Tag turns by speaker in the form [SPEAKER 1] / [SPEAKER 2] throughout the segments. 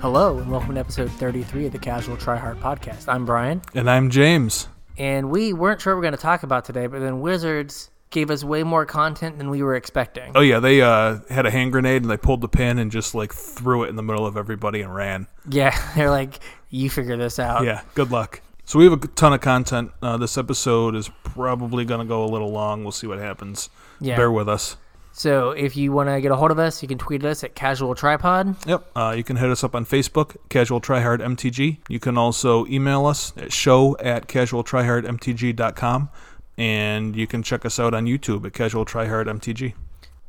[SPEAKER 1] Hello, and welcome to episode 33 of the Casual Try Hard Podcast. I'm Brian,
[SPEAKER 2] And I'm James.
[SPEAKER 1] and we weren't sure we were going to talk about today, but then Wizards gave us way more content than we were expecting.
[SPEAKER 2] Oh yeah, they uh, had a hand grenade and they pulled the pin and just like threw it in the middle of everybody and ran.
[SPEAKER 1] Yeah, they're like, you figure this out.
[SPEAKER 2] Yeah, good luck. So we have a ton of content. Uh, this episode is probably gonna go a little long. We'll see what happens.
[SPEAKER 1] Yeah.
[SPEAKER 2] Bear with us.
[SPEAKER 1] So if you want to get a hold of us, you can tweet us at Casual Tripod.
[SPEAKER 2] Yep. Uh, you can hit us up on Facebook, Casual Tryhard MTG. You can also email us at show at casualtryhardmtg.com. And you can check us out on YouTube at Casual Tryhard MTG.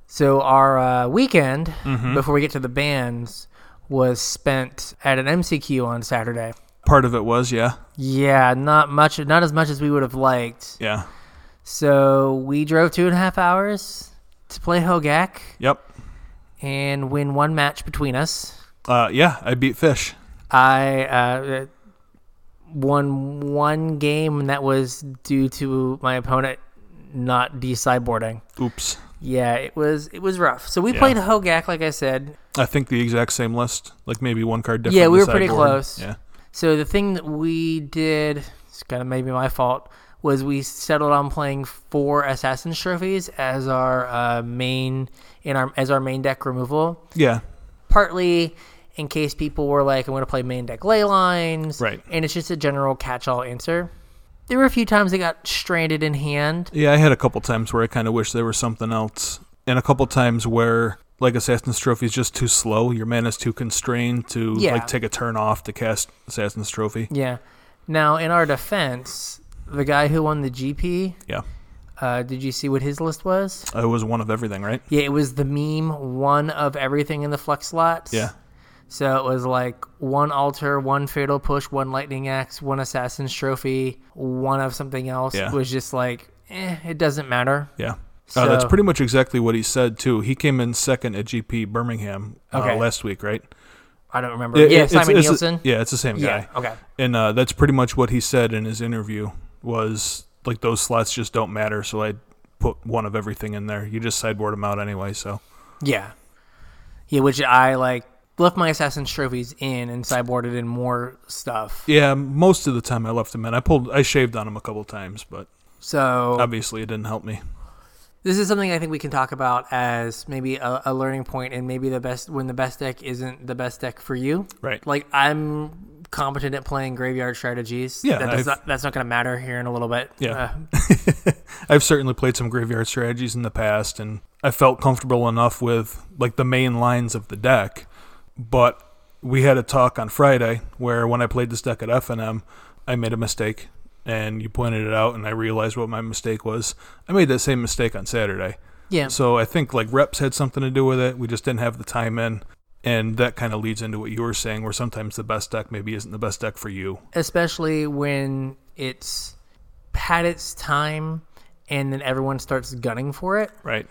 [SPEAKER 1] So our uh, weekend, before we get to the bands, was spent at an MCQ on Saturday.
[SPEAKER 2] Part of it was, yeah.
[SPEAKER 1] Yeah, not much, not as much as we would have liked.
[SPEAKER 2] Yeah.
[SPEAKER 1] So we drove two and a half hours to play Hogak
[SPEAKER 2] Yep.
[SPEAKER 1] and win one match between us.
[SPEAKER 2] Uh, yeah, I beat Fish.
[SPEAKER 1] I uh, won one game, and that was due to my opponent not de-cyborging.
[SPEAKER 2] Oops.
[SPEAKER 1] Yeah, it was it was rough. So we played Hogak, like I said.
[SPEAKER 2] I think the exact same list, like maybe one card different.
[SPEAKER 1] Yeah, we
[SPEAKER 2] this
[SPEAKER 1] were pretty
[SPEAKER 2] sideboard.
[SPEAKER 1] close.
[SPEAKER 2] Yeah,
[SPEAKER 1] So the thing that we did, it's kind of maybe my fault, was we settled on playing four Assassin's trophies as our uh, main in our as our main deck removal.
[SPEAKER 2] yeah,
[SPEAKER 1] partly in case people were like, I want to play main deck ley lines.
[SPEAKER 2] Right.
[SPEAKER 1] And it's just a general catch all answer. There were a few times they got stranded in hand.
[SPEAKER 2] yeah. I had a couple times where I kind of wish there was something else, and a couple times where like Assassin's Trophy is just too slow. Your mana's too constrained to
[SPEAKER 1] Yeah.
[SPEAKER 2] like take a turn off to cast Assassin's Trophy.
[SPEAKER 1] Yeah. Now, in our defense, the guy who won the GP,
[SPEAKER 2] Yeah,
[SPEAKER 1] uh, did you see what his list was?
[SPEAKER 2] it was one of everything, right?
[SPEAKER 1] Yeah, it was the meme one of everything in the flux slots.
[SPEAKER 2] Yeah,
[SPEAKER 1] So it was like one altar, one fatal push, one lightning axe, one assassin's trophy, one of something else.
[SPEAKER 2] Yeah.
[SPEAKER 1] It was just like, eh, it doesn't matter.
[SPEAKER 2] yeah. Uh, that's
[SPEAKER 1] So-
[SPEAKER 2] pretty much exactly what he said too. He came in second at GP Birmingham uh,
[SPEAKER 1] Okay.
[SPEAKER 2] last week, right?
[SPEAKER 1] I don't remember.
[SPEAKER 2] It-
[SPEAKER 1] yeah,
[SPEAKER 2] it's-
[SPEAKER 1] Simon
[SPEAKER 2] it's the-
[SPEAKER 1] Nielsen.
[SPEAKER 2] yeah, it's the same guy.
[SPEAKER 1] Yeah. Okay.
[SPEAKER 2] and uh, that's pretty much what he said in his interview was like those slots just don't matter so i put one of everything in there you just sideboard them out anyway so
[SPEAKER 1] Yeah. Yeah, which I like left my assassin's trophies in and sideboarded in more stuff.
[SPEAKER 2] yeah most of the time i left them in i pulled i shaved on them a couple times but
[SPEAKER 1] So
[SPEAKER 2] obviously it didn't help me
[SPEAKER 1] this is something I think we can talk about as maybe a, a learning point and maybe the best when the best deck isn't the best deck for you.
[SPEAKER 2] right
[SPEAKER 1] Like I'm competent at playing graveyard strategies.
[SPEAKER 2] Yeah,
[SPEAKER 1] that does
[SPEAKER 2] I've-
[SPEAKER 1] not, that's not going to matter here in a little bit.
[SPEAKER 2] Yeah.
[SPEAKER 1] Uh,
[SPEAKER 2] i've certainly played some graveyard strategies in the past and i felt comfortable enough with like the main lines of the deck but we had a talk on friday where when i played this deck at fnm i made a mistake and you pointed it out and i realized what my mistake was i made that same mistake on saturday
[SPEAKER 1] yeah.
[SPEAKER 2] So I think like reps had something to do with it. We just didn't have the time in. And that kind of leads into what you were saying, where sometimes the best deck maybe isn't the best deck for you.
[SPEAKER 1] especially when it's had its time and then everyone starts gunning for it.
[SPEAKER 2] Right.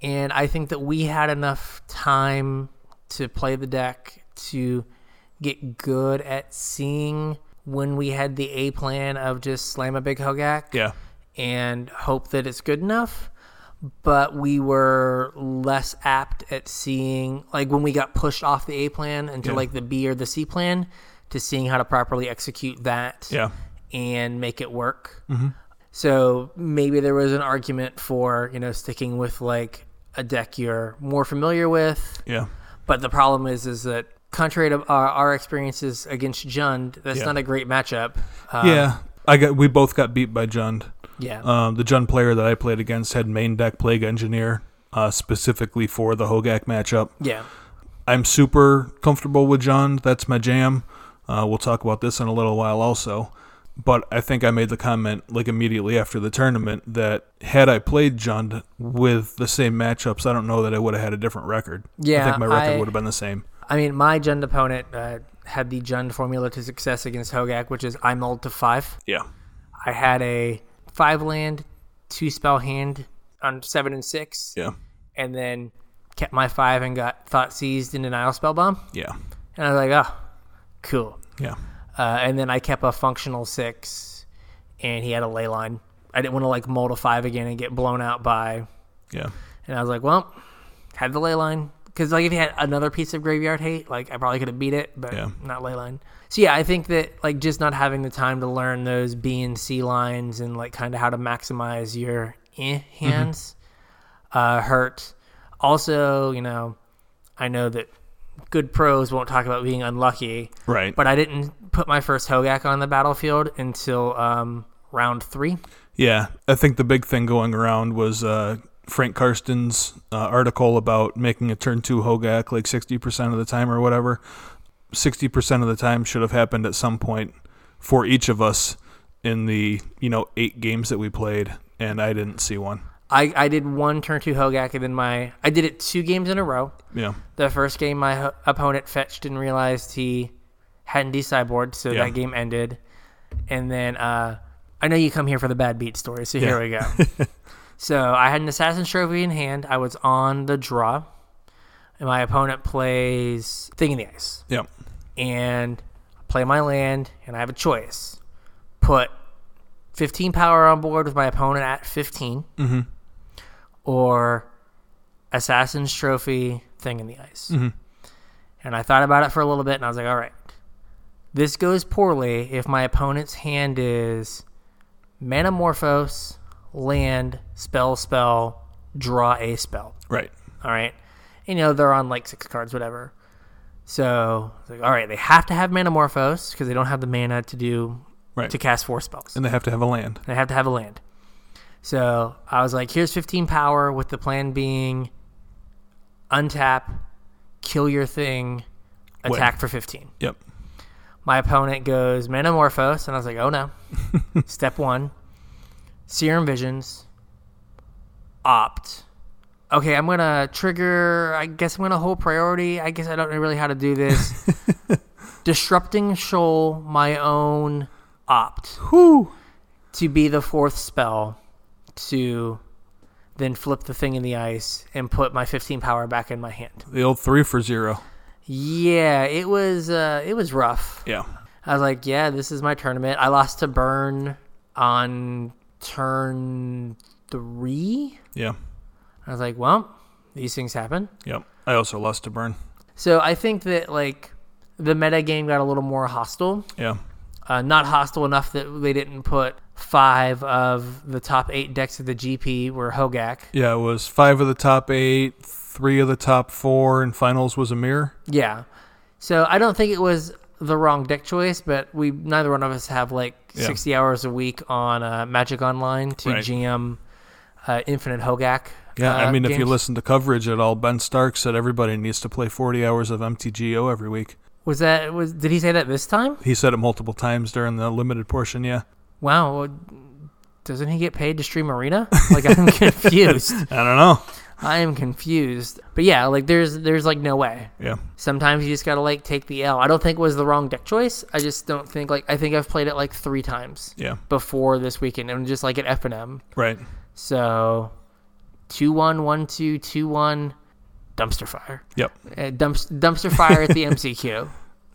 [SPEAKER 1] and I think that we had enough time to play the deck to get good at seeing when we had the A plan of just slam a big hogak
[SPEAKER 2] Yeah.
[SPEAKER 1] and hope that it's good enough. But we were less apt at seeing, like when we got pushed off the A plan into
[SPEAKER 2] Yeah.
[SPEAKER 1] like the B or the C plan, to seeing how to properly execute that
[SPEAKER 2] Yeah.
[SPEAKER 1] and make it work. So maybe there was an argument for, you know, sticking with like a deck you're more familiar with.
[SPEAKER 2] Yeah.
[SPEAKER 1] But the problem is, is that contrary to our, our experiences against Jund, that's
[SPEAKER 2] Yeah.
[SPEAKER 1] not a great matchup. Uh,
[SPEAKER 2] yeah. I got we both got beat by Jund.
[SPEAKER 1] yeah.
[SPEAKER 2] Um, the Jund player that I played against had main deck Plague Engineer, uh, specifically for the Hogak matchup.
[SPEAKER 1] yeah.
[SPEAKER 2] I'm super comfortable with Jund. That's my jam. Uh, we'll talk about this in a little while also. But I think I made the comment like immediately after the tournament that had I played Jund with the same matchups, I don't know that I would have had a different record. I
[SPEAKER 1] Yeah,
[SPEAKER 2] think my record
[SPEAKER 1] I-
[SPEAKER 2] would have been the same.
[SPEAKER 1] I mean, my Jund opponent uh, had the Jund formula to success against Hogak, which is I mulled to five.
[SPEAKER 2] Yeah.
[SPEAKER 1] I had a five land, two spell hand on seven and six.
[SPEAKER 2] Yeah.
[SPEAKER 1] and then kept my five and got thought seized in denial spell bomb.
[SPEAKER 2] Yeah.
[SPEAKER 1] And I was like, oh, cool.
[SPEAKER 2] Yeah.
[SPEAKER 1] Uh, and then I kept a functional six, and he had a ley line. I didn't want to like mold a five again and get blown out by.
[SPEAKER 2] Yeah.
[SPEAKER 1] And I was like, well, had the ley line, Because like if you had another piece of graveyard hate, like I probably could have beat it, but
[SPEAKER 2] Yeah.
[SPEAKER 1] not ley line. So yeah, I think that like just not having the time to learn those B and C lines and like kind of how to maximize your eh hands
[SPEAKER 2] Mm-hmm.
[SPEAKER 1] uh, hurt. Also, you know, I know that good pros won't talk about being unlucky,
[SPEAKER 2] Right.
[SPEAKER 1] but I didn't put my first Hogak on the battlefield until um, round three.
[SPEAKER 2] Yeah, I think the big thing going around was uh, Frank Karsten's uh, article about making a turn two Hogak like 60% of the time or whatever. 60% of the time should have happened at some point for each of us in the, you know, eight games that we played, and I didn't see one.
[SPEAKER 1] I, I did one turn two Hogak and then my I did it two games in a row.
[SPEAKER 2] Yeah.
[SPEAKER 1] The first game my ho- opponent fetched and realized he hadn't cyborged, so
[SPEAKER 2] Yeah.
[SPEAKER 1] that game ended. And then uh, I know you come here for the bad beat story, so here we go. so I had an assassin's trophy in hand. I was on the draw, and my opponent plays Thing in the Ice
[SPEAKER 2] Yeah.
[SPEAKER 1] and play my land, and I have a choice. Put 15 power on board with my opponent at 15, or Assassin's Trophy thing in the ice. And I thought about it for a little bit, and I was like, all right, this goes poorly if my opponent's hand is Manamorphose, land, spell, spell, draw a spell.
[SPEAKER 2] Right.
[SPEAKER 1] All right. And, you know, they're on like six cards, whatever. So, it's like, all right, they have to have Manamorphose because they don't have the mana to do
[SPEAKER 2] Right.
[SPEAKER 1] to cast four spells.
[SPEAKER 2] And they have to have a land.
[SPEAKER 1] They have to have a land. So I was like, here's 15 power with the plan being untap, kill your thing,
[SPEAKER 2] Win.
[SPEAKER 1] attack for 15.
[SPEAKER 2] Yep.
[SPEAKER 1] My opponent goes Manamorphose, and I was like, oh no. Step one, Serum Visions, opt. Okay, I'm gonna trigger. I guess I'm gonna hold priority. I guess I don't know really how to do this. Disrupting Shoal, my own opt
[SPEAKER 2] Whew.
[SPEAKER 1] to be the fourth spell to then flip the thing in the ice and put my 15 power back in my hand.
[SPEAKER 2] The old three for zero.
[SPEAKER 1] Yeah, it was uh, it was rough.
[SPEAKER 2] Yeah.
[SPEAKER 1] I was like, yeah, this is my tournament. I lost to Burn on turn three.
[SPEAKER 2] Yeah.
[SPEAKER 1] I was like, well, these things happen.
[SPEAKER 2] Yep. I also lost to burn.
[SPEAKER 1] So I think that like the meta game got a little more hostile.
[SPEAKER 2] Yeah.
[SPEAKER 1] Uh, not hostile enough that they didn't put five of the top eight decks of the GP were Hogak.
[SPEAKER 2] Yeah, it was five of the top eight, three of the top four, and finals was a mirror.
[SPEAKER 1] Yeah. So I don't think it was the wrong deck choice, but we neither one of us have like
[SPEAKER 2] Yeah.
[SPEAKER 1] 60 hours a week on uh, Magic Online to
[SPEAKER 2] Right.
[SPEAKER 1] GM uh, Infinite Hogak.
[SPEAKER 2] Yeah,
[SPEAKER 1] uh,
[SPEAKER 2] I mean, if you
[SPEAKER 1] games.
[SPEAKER 2] listen to coverage at all, Ben Stark said everybody needs to play 40 hours of MTGO every week.
[SPEAKER 1] was that was did he say that this time?
[SPEAKER 2] He said it multiple times during the limited portion. Yeah,
[SPEAKER 1] Wow, well, doesn't he get paid to stream Arena? Like I'm confused.
[SPEAKER 2] I don't know.
[SPEAKER 1] I am confused. But yeah, like there's there's like no way.
[SPEAKER 2] Yeah,
[SPEAKER 1] Sometimes you just gotta like take the L. I don't think it was the wrong deck choice. I just don't think like I think I've played it like three times
[SPEAKER 2] yeah,
[SPEAKER 1] before this weekend and just like at F and M.
[SPEAKER 2] right.
[SPEAKER 1] So two one one two two one dumpster fire.
[SPEAKER 2] Yep.
[SPEAKER 1] Uh, dumps, dumpster fire at the MCQ.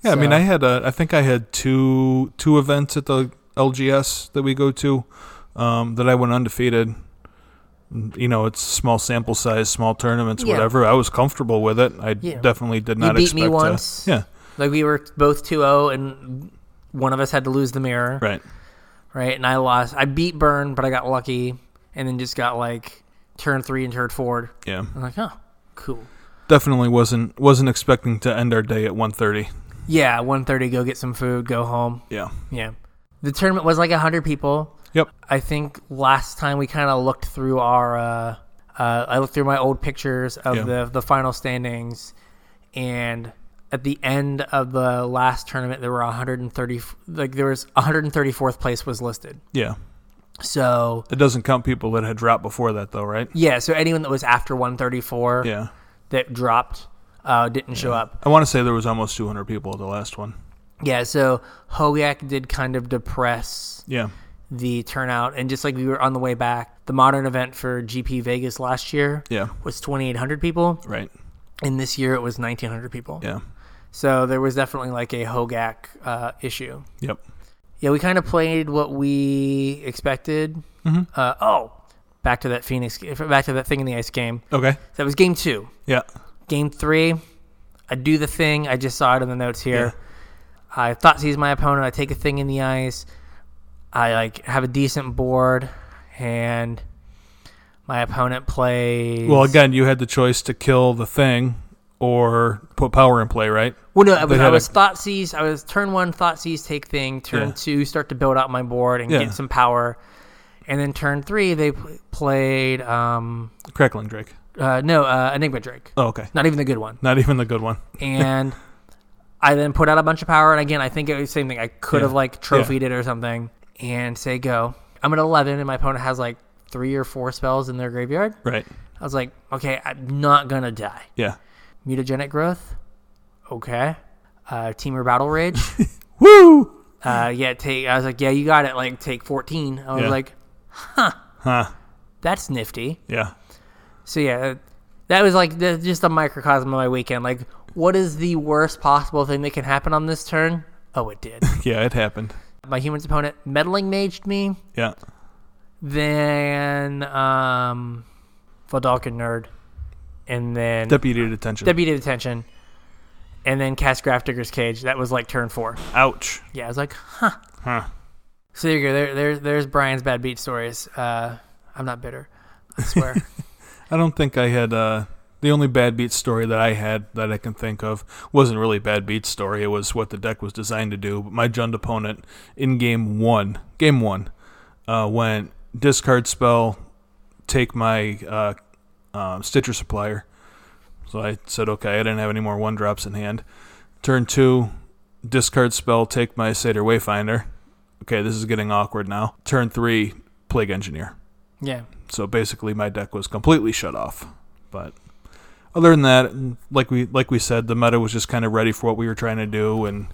[SPEAKER 2] Yeah, I mean,
[SPEAKER 1] So-
[SPEAKER 2] I had a, I think I had two two events at the LGS that we go to um, that I went undefeated. You know, it's small sample size, small tournaments,
[SPEAKER 1] Yeah.
[SPEAKER 2] whatever. I was comfortable with it. I
[SPEAKER 1] Yeah.
[SPEAKER 2] definitely did not
[SPEAKER 1] beat
[SPEAKER 2] expect
[SPEAKER 1] me
[SPEAKER 2] to-
[SPEAKER 1] once.
[SPEAKER 2] Yeah,
[SPEAKER 1] Like we were both 2-0 and one of us had to lose the mirror, right.
[SPEAKER 2] right.
[SPEAKER 1] And I lost. I beat Burn, but I got lucky and then just got like turn 3 and turn 4.
[SPEAKER 2] Yeah,
[SPEAKER 1] I'm like, "Oh, cool."
[SPEAKER 2] definitely wasn't wasn't expecting to end our day at 1.30.
[SPEAKER 1] Yeah, 1:30 go get some food, go home.
[SPEAKER 2] Yeah.
[SPEAKER 1] Yeah. The tournament was like 100 people.
[SPEAKER 2] Yep.
[SPEAKER 1] I think last time we kind of looked through our, uh, uh, I looked through my old pictures of
[SPEAKER 2] Yeah.
[SPEAKER 1] the the final standings, and at the end of the last tournament, there were 130, like there was 134th place was listed.
[SPEAKER 2] Yeah.
[SPEAKER 1] So
[SPEAKER 2] It doesn't count people that had dropped before that though, right?
[SPEAKER 1] yeah, so anyone that was after 134
[SPEAKER 2] Yeah.
[SPEAKER 1] that dropped uh, didn't show up.
[SPEAKER 2] I want to say there was almost 200 people at the last one.
[SPEAKER 1] Yeah, so Hogak did kind of depress
[SPEAKER 2] Yeah.
[SPEAKER 1] the turnout and just like we were on the way back the modern event for gp vegas last year
[SPEAKER 2] Yeah.
[SPEAKER 1] was 2800 people
[SPEAKER 2] Right.
[SPEAKER 1] and this year it was 1900 people
[SPEAKER 2] Yeah.
[SPEAKER 1] so there was definitely like a hogak uh, issue
[SPEAKER 2] Yep.
[SPEAKER 1] yeah we kind of played what we expected
[SPEAKER 2] Mm-hmm.
[SPEAKER 1] uh, oh back to that phoenix back to that thing in the ice game
[SPEAKER 2] Okay.
[SPEAKER 1] that was game two
[SPEAKER 2] Yeah.
[SPEAKER 1] Game three, I do the thing. I just saw it in the notes here. I thought he's my opponent. I take a thing in the eyes. I like have a decent board, and my opponent plays.
[SPEAKER 2] Well, again, you had the choice to kill the thing or put power in play, right?
[SPEAKER 1] Well, no, I was,
[SPEAKER 2] They
[SPEAKER 1] I
[SPEAKER 2] had
[SPEAKER 1] was
[SPEAKER 2] a-
[SPEAKER 1] thought seize. I was turn one thought seize, take thing. Turn
[SPEAKER 2] Yeah.
[SPEAKER 1] two, start to build out my board and
[SPEAKER 2] Yeah.
[SPEAKER 1] get some power. And then turn three, they pl- played um,
[SPEAKER 2] Crackling Drake.
[SPEAKER 1] uh, no uh, Enigma Drake,
[SPEAKER 2] Oh, okay.
[SPEAKER 1] not even the good one.
[SPEAKER 2] Not even the good one.
[SPEAKER 1] And I then put out a bunch of power. And again, I think it was the same thing. I could
[SPEAKER 2] Yeah.
[SPEAKER 1] have like trophied it or something and say go. I'm at 11, and my opponent has like three or four spells in their graveyard.
[SPEAKER 2] Right.
[SPEAKER 1] I was like, okay, I'm not gonna die.
[SPEAKER 2] Yeah.
[SPEAKER 1] Mutagenic growth, okay. Uh, Teamer battle rage.
[SPEAKER 2] Woo!
[SPEAKER 1] uh, yeah, take. I was like, yeah, you got it. Like, take 14. I was
[SPEAKER 2] Yeah.
[SPEAKER 1] like,
[SPEAKER 2] Huh.
[SPEAKER 1] that's nifty.
[SPEAKER 2] Yeah.
[SPEAKER 1] So yeah, that- that was like the, just a microcosm of my weekend. Like, what is the worst possible thing that can happen on this turn? Oh, it did.
[SPEAKER 2] Yeah, it happened.
[SPEAKER 1] my human's opponent meddling maged me.
[SPEAKER 2] Yeah.
[SPEAKER 1] Then um, Vodalkin nerd, and then
[SPEAKER 2] Deputy detention.
[SPEAKER 1] deputy detention, and then cast Graft Digger's cage. That was like turn four.
[SPEAKER 2] Ouch.
[SPEAKER 1] Yeah, I was like, huh.
[SPEAKER 2] Huh.
[SPEAKER 1] So there you go. There, there, there's Brian's bad beat stories. Uh, I'm not bitter. I swear.
[SPEAKER 2] I don't think I had uh the only bad beat story that I had that I can think of wasn't really a bad beat story. It was what the deck was designed to do. But my Jund opponent in game one, game one, uh, went discard spell, take my uh, uh, Stitcher supplier. So I said, okay, I didn't have any more one drops in hand. Turn two, discard spell, take my Seder Wayfinder. Okay, this is getting awkward now. Turn three, Plague Engineer.
[SPEAKER 1] yeah.
[SPEAKER 2] So basically, my deck was completely shut off. But other than that, mm, like we like we said, the meta was just kind of ready for what we were trying to do, and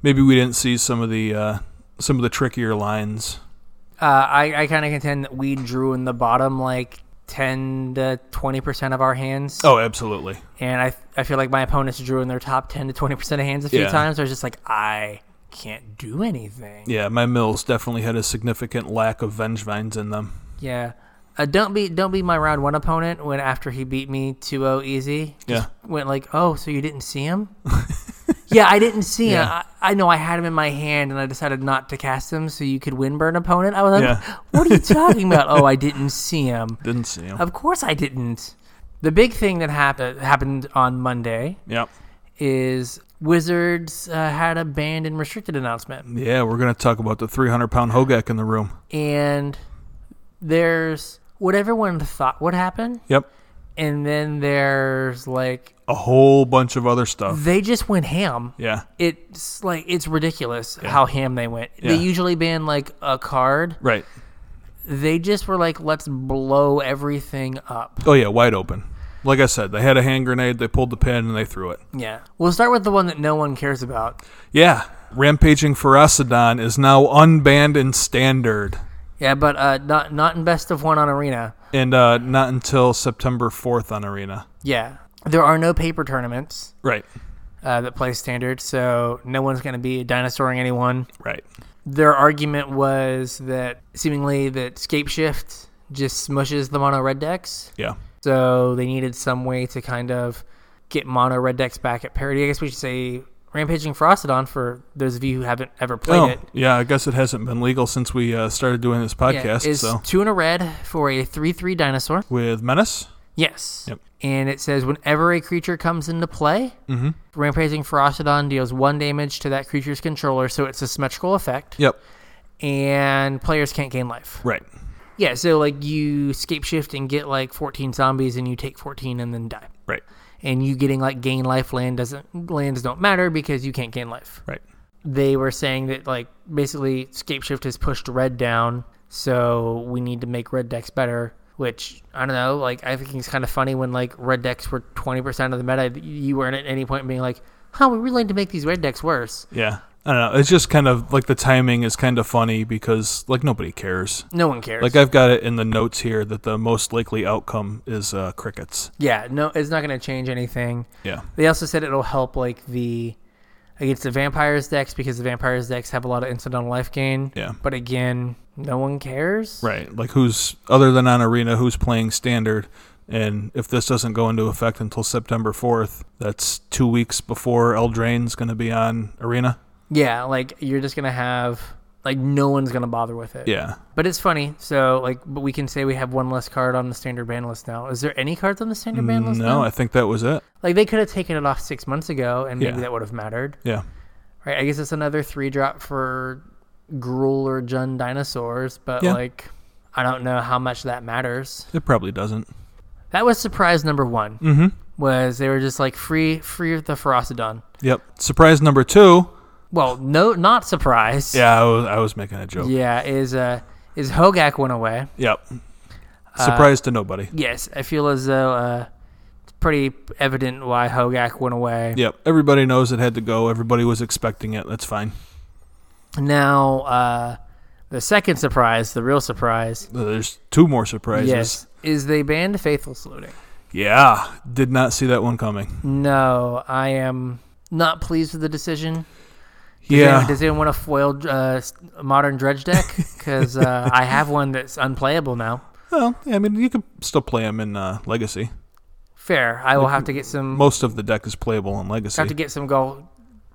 [SPEAKER 2] maybe we didn't see some of the uh, some of the trickier lines.
[SPEAKER 1] Uh, I, I kind of contend that we drew in the bottom like 10 to 20% of our hands.
[SPEAKER 2] Oh, absolutely.
[SPEAKER 1] And I, I feel like my opponents drew in their top 10 to 20% of hands a few
[SPEAKER 2] Yeah.
[SPEAKER 1] times. I was just like, I can't do anything.
[SPEAKER 2] Yeah, my mills definitely had a significant lack of vengevines in them.
[SPEAKER 1] Yeah. Uh, don't be don't be my round one opponent when after he beat me 2-0 easy. Just Went like, oh, so you didn't see him? yeah, I didn't see him.
[SPEAKER 2] Yeah.
[SPEAKER 1] I, I know I had him in my hand and I decided not to cast him so you could win burn opponent. I was like,
[SPEAKER 2] Yeah.
[SPEAKER 1] what are you talking about? oh, I didn't see him.
[SPEAKER 2] Didn't see them.
[SPEAKER 1] Of course I didn't. The big thing that happened happened on Monday
[SPEAKER 2] Yep.
[SPEAKER 1] is Wizards uh, had a banned and restricted announcement.
[SPEAKER 2] Yeah, we're gonna talk about the 300 pound Hogak in the room.
[SPEAKER 1] and there's what everyone thought would happen,
[SPEAKER 2] Yep.
[SPEAKER 1] and then there's like
[SPEAKER 2] A whole bunch of other stuff.
[SPEAKER 1] they just went ham.
[SPEAKER 2] Yeah.
[SPEAKER 1] It's like it's ridiculous how ham they went. They
[SPEAKER 2] Yeah.
[SPEAKER 1] usually ban like a card.
[SPEAKER 2] Right.
[SPEAKER 1] They just were like, let's blow everything up.
[SPEAKER 2] Oh yeah, wide open. Like I said, they had a hand grenade. They pulled the pin and they threw it.
[SPEAKER 1] Yeah. We'll start with the one that no one cares about.
[SPEAKER 2] Yeah, Rampaging Ferocidon is now unbanned and standard,
[SPEAKER 1] Yeah, but uh, not not in best of one on arena.
[SPEAKER 2] and uh, not until September 4th on Arena.
[SPEAKER 1] Yeah. There are no paper tournaments
[SPEAKER 2] Right,
[SPEAKER 1] uh, that play standard, so no one's going to be dinosauring anyone.
[SPEAKER 2] right.
[SPEAKER 1] their argument was that seemingly that scape shift just smushes the mono red decks
[SPEAKER 2] Yeah,
[SPEAKER 1] so they needed some way to kind of get mono red decks back at parity i guess we should say rampaging frostodon for those of you who haven't ever played
[SPEAKER 2] Oh,
[SPEAKER 1] it
[SPEAKER 2] yeah. I guess it hasn't been legal since we uh, started doing this
[SPEAKER 1] yeah,
[SPEAKER 2] podcast.
[SPEAKER 1] is
[SPEAKER 2] so
[SPEAKER 1] two and a red for a 3-3 dinosaur
[SPEAKER 2] with Menace,
[SPEAKER 1] yes
[SPEAKER 2] Yep.
[SPEAKER 1] and it says whenever a creature comes into play
[SPEAKER 2] Mhm.
[SPEAKER 1] rampaging frostodon deals one damage to that creature's controller so it's a symmetrical effect
[SPEAKER 2] yep,
[SPEAKER 1] and players can't gain life
[SPEAKER 2] right,
[SPEAKER 1] Yeah, so like you scape shift and get like 14 zombies and you take 14 and then die.
[SPEAKER 2] right,
[SPEAKER 1] And you getting like gain life land doesn't lands don't matter because you can't gain life.
[SPEAKER 2] right.
[SPEAKER 1] They were saying that like basically scape shift has pushed red down, so we need to make red decks better. Which I don't know, like I think it's kind of funny when like red decks were 20% of the meta. You weren't at any point being like, "Huh, we really need to make these red decks worse."
[SPEAKER 2] Yeah. I don't know. It's just kind of like the timing is kind of funny because like nobody cares.
[SPEAKER 1] No one cares.
[SPEAKER 2] Like I've got it in the notes here that the most likely outcome is uh, crickets.
[SPEAKER 1] yeah, no, it's not going to change anything.
[SPEAKER 2] Yeah.
[SPEAKER 1] They also said it'll help like the against the vampires decks because the vampires decks have a lot of incidental life gain.
[SPEAKER 2] Yeah.
[SPEAKER 1] But again, no one cares.
[SPEAKER 2] Right. Like who's other than on arena, who's playing standard And if this doesn't go into effect until September 4th, that's two weeks before Eldraine's going to be on Arena.
[SPEAKER 1] Yeah, like you're just gonna have like no one's gonna bother with it.
[SPEAKER 2] Yeah.
[SPEAKER 1] But it's funny. So like, but we can say we have one less card on the standard ban list now. Is there any cards on the standard ban list?
[SPEAKER 2] No,
[SPEAKER 1] now?
[SPEAKER 2] I think that was it.
[SPEAKER 1] like they could have taken it off six months ago, and maybe
[SPEAKER 2] Yeah.
[SPEAKER 1] that would have mattered.
[SPEAKER 2] Yeah.
[SPEAKER 1] Right. I guess it's another three drop for Gruul or Jun dinosaurs, but
[SPEAKER 2] Yeah.
[SPEAKER 1] like, I don't know how much that matters.
[SPEAKER 2] It probably doesn't.
[SPEAKER 1] That was surprise number one.
[SPEAKER 2] Mm-hmm.
[SPEAKER 1] Was they were just like free, free the Ferocidon.
[SPEAKER 2] Yep. Surprise number two.
[SPEAKER 1] Well, no, not surprise.
[SPEAKER 2] Yeah, I was, I was making a joke.
[SPEAKER 1] Yeah. Is uh, is Hogak went away?
[SPEAKER 2] Yep. Surprise to nobody.
[SPEAKER 1] Yes, I feel as though uh, it's pretty evident why Hogak went away.
[SPEAKER 2] Yep. Everybody knows it had to go. Everybody was expecting it. That's fine.
[SPEAKER 1] Now, uh, the second surprise, the real surprise,
[SPEAKER 2] There's two more surprises.
[SPEAKER 1] yes, is they banned Faithful Saluting.
[SPEAKER 2] Yeah. Did not see that one coming.
[SPEAKER 1] No, I am not pleased with the decision. Does
[SPEAKER 2] Yeah.
[SPEAKER 1] Anyone, does anyone want a foiled uh, s- modern dredge deck? Because uh, I have one that's unplayable now.
[SPEAKER 2] Well, yeah, I mean, you could still play him in uh, Legacy.
[SPEAKER 1] Fair. I will have to get some.
[SPEAKER 2] Most of the deck is playable in Legacy.
[SPEAKER 1] Have to get some gold.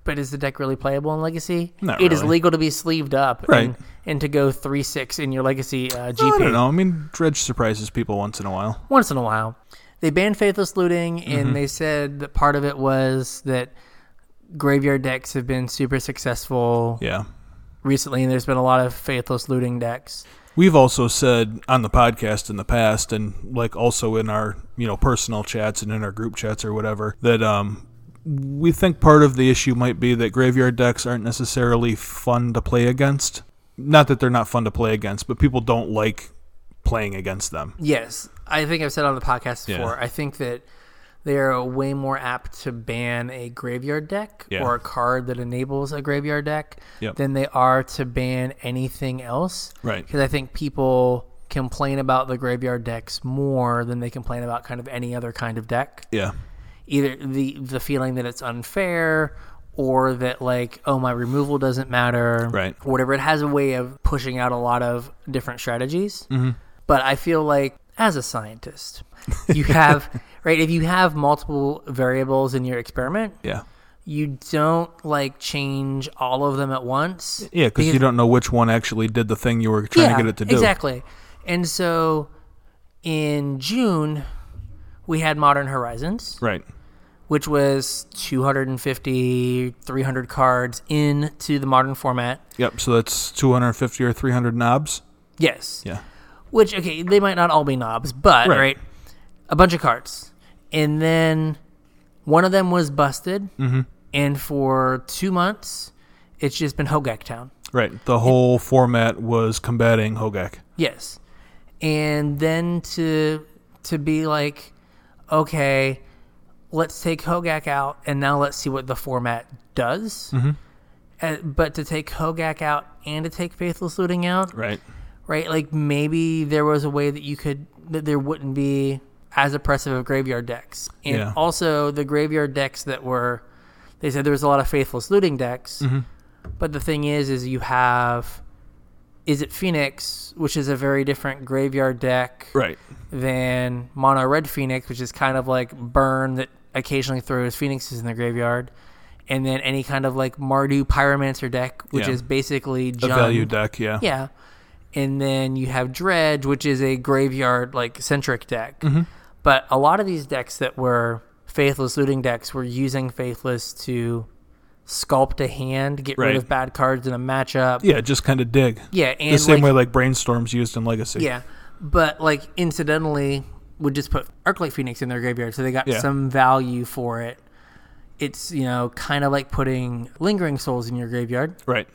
[SPEAKER 1] But is the deck really playable in Legacy?
[SPEAKER 2] Not
[SPEAKER 1] It is
[SPEAKER 2] really.
[SPEAKER 1] legal to be sleeved up,
[SPEAKER 2] Right.
[SPEAKER 1] And, and to go three six in your Legacy uh, GP.
[SPEAKER 2] I don't know. I mean, Dredge surprises people once in a while.
[SPEAKER 1] once in a while. They banned Faithless Looting,
[SPEAKER 2] Mm-hmm.
[SPEAKER 1] and they said that part of it was that graveyard decks have been super successful
[SPEAKER 2] Yeah.
[SPEAKER 1] recently, and there's been a lot of Faithless Looting decks.
[SPEAKER 2] We've also said on the podcast in the past, and like also in our you know personal chats and in our group chats or whatever, that um, we think part of the issue might be that graveyard decks aren't necessarily fun to play against. Not that they're not fun to play against, but people don't like playing against them.
[SPEAKER 1] Yes, I think I've said on the podcast
[SPEAKER 2] Yeah.
[SPEAKER 1] before. I think that they are way more apt to ban a graveyard deck
[SPEAKER 2] Yeah.
[SPEAKER 1] or a card that enables a graveyard deck
[SPEAKER 2] Yep.
[SPEAKER 1] than they are to ban anything else.
[SPEAKER 2] Right.
[SPEAKER 1] because I think people complain about the graveyard decks more than they complain about kind of any other kind of deck.
[SPEAKER 2] Yeah.
[SPEAKER 1] Either the the feeling that it's unfair or that like oh my removal doesn't matter
[SPEAKER 2] Right.
[SPEAKER 1] whatever it has a way of pushing out a lot of different strategies
[SPEAKER 2] Mm-hmm.
[SPEAKER 1] but i feel like as a scientist you have right if you have multiple variables in your experiment
[SPEAKER 2] Yeah.
[SPEAKER 1] you don't like change all of them at once
[SPEAKER 2] Yeah, because you don't know which one actually did the thing you were trying to get it to do.
[SPEAKER 1] Exactly. And so in June, we had Modern Horizons,
[SPEAKER 2] Right.
[SPEAKER 1] which was 250, 300 cards into the modern format.
[SPEAKER 2] Yep. So that's 250 or 300 knobs.
[SPEAKER 1] Yes.
[SPEAKER 2] Yeah.
[SPEAKER 1] Which, okay, they might not all be knobs, but,
[SPEAKER 2] Right.
[SPEAKER 1] right, a bunch of cards. And then one of them was busted.
[SPEAKER 2] Mm-hmm.
[SPEAKER 1] And for two months, it's just been Hogak Town.
[SPEAKER 2] Right. The whole format was combating Hogak.
[SPEAKER 1] Yes. And then to to be like, okay, let's take Hogak out, and now let's see what the format does. Uh, but to take Hogak out and to take Faithless Looting out,
[SPEAKER 2] Right.
[SPEAKER 1] right? Like maybe there was a way that you could that there wouldn't be as oppressive of graveyard decks, and
[SPEAKER 2] Yeah.
[SPEAKER 1] also the graveyard decks that were they said there was a lot of faithless looting decks,
[SPEAKER 2] Mm-hmm.
[SPEAKER 1] but the thing is, is you have is it Phoenix, which is a very different graveyard deck
[SPEAKER 2] Right.
[SPEAKER 1] than Mono Red Phoenix, which is kind of like burn that occasionally throws phoenixes in the graveyard. And then any kind of like Mardu Pyromancer deck, which
[SPEAKER 2] Yeah.
[SPEAKER 1] is basically
[SPEAKER 2] A
[SPEAKER 1] Jund.
[SPEAKER 2] value deck, yeah.
[SPEAKER 1] Yeah. And then you have Dredge, which is a graveyard like centric deck.
[SPEAKER 2] Mm-hmm.
[SPEAKER 1] But a lot of these decks that were faithless looting decks were using faithless to sculpt a hand, get
[SPEAKER 2] Right.
[SPEAKER 1] rid of bad cards in a matchup. Yeah,
[SPEAKER 2] Yeah, just kind of dig.
[SPEAKER 1] and
[SPEAKER 2] The same
[SPEAKER 1] like,
[SPEAKER 2] way like brainstorms used in Legacy.
[SPEAKER 1] yeah. But like incidentally would just put Arclight Phoenix in their graveyard, so they got
[SPEAKER 2] Yeah.
[SPEAKER 1] some value for it. It's, you know, kind of like putting Lingering Souls in your graveyard
[SPEAKER 2] Right.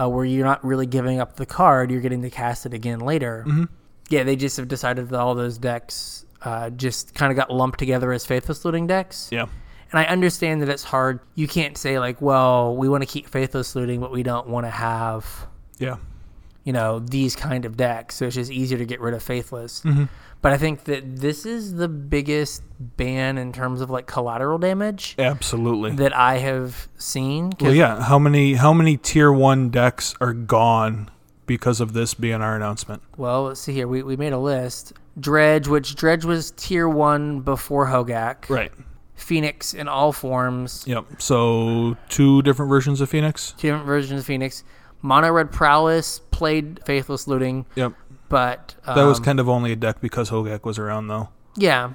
[SPEAKER 1] uh, where you're not really giving up the card, you're getting to cast it again later.
[SPEAKER 2] Mm-hmm.
[SPEAKER 1] Yeah, they just have decided that all those decks uh, just kind of got lumped together as Faithless Looting decks.
[SPEAKER 2] Yeah.
[SPEAKER 1] And I understand that it's hard. You can't say, like, well, we want to keep Faithless Looting, but we don't want to have,
[SPEAKER 2] Yeah.
[SPEAKER 1] you know, these kind of decks. So it's just easier to get rid of Faithless.
[SPEAKER 2] Mm-hmm.
[SPEAKER 1] But I think that this is the biggest ban in terms of, like, collateral damage
[SPEAKER 2] Absolutely.
[SPEAKER 1] that I have seen. 'cause
[SPEAKER 2] Well, yeah. How many how many tier one decks are gone because of this being our announcement?
[SPEAKER 1] Well, let's see here. We, we made a list. Dredge, which Dredge was tier one before Hogak.
[SPEAKER 2] Right.
[SPEAKER 1] Phoenix in all forms.
[SPEAKER 2] Yep. So two different versions of Phoenix.
[SPEAKER 1] Two different versions of Phoenix. Mono Red Prowess played Faithless Looting,
[SPEAKER 2] Yep.
[SPEAKER 1] but um,
[SPEAKER 2] That was kind of only a deck because Hogak was around, though.
[SPEAKER 1] yeah.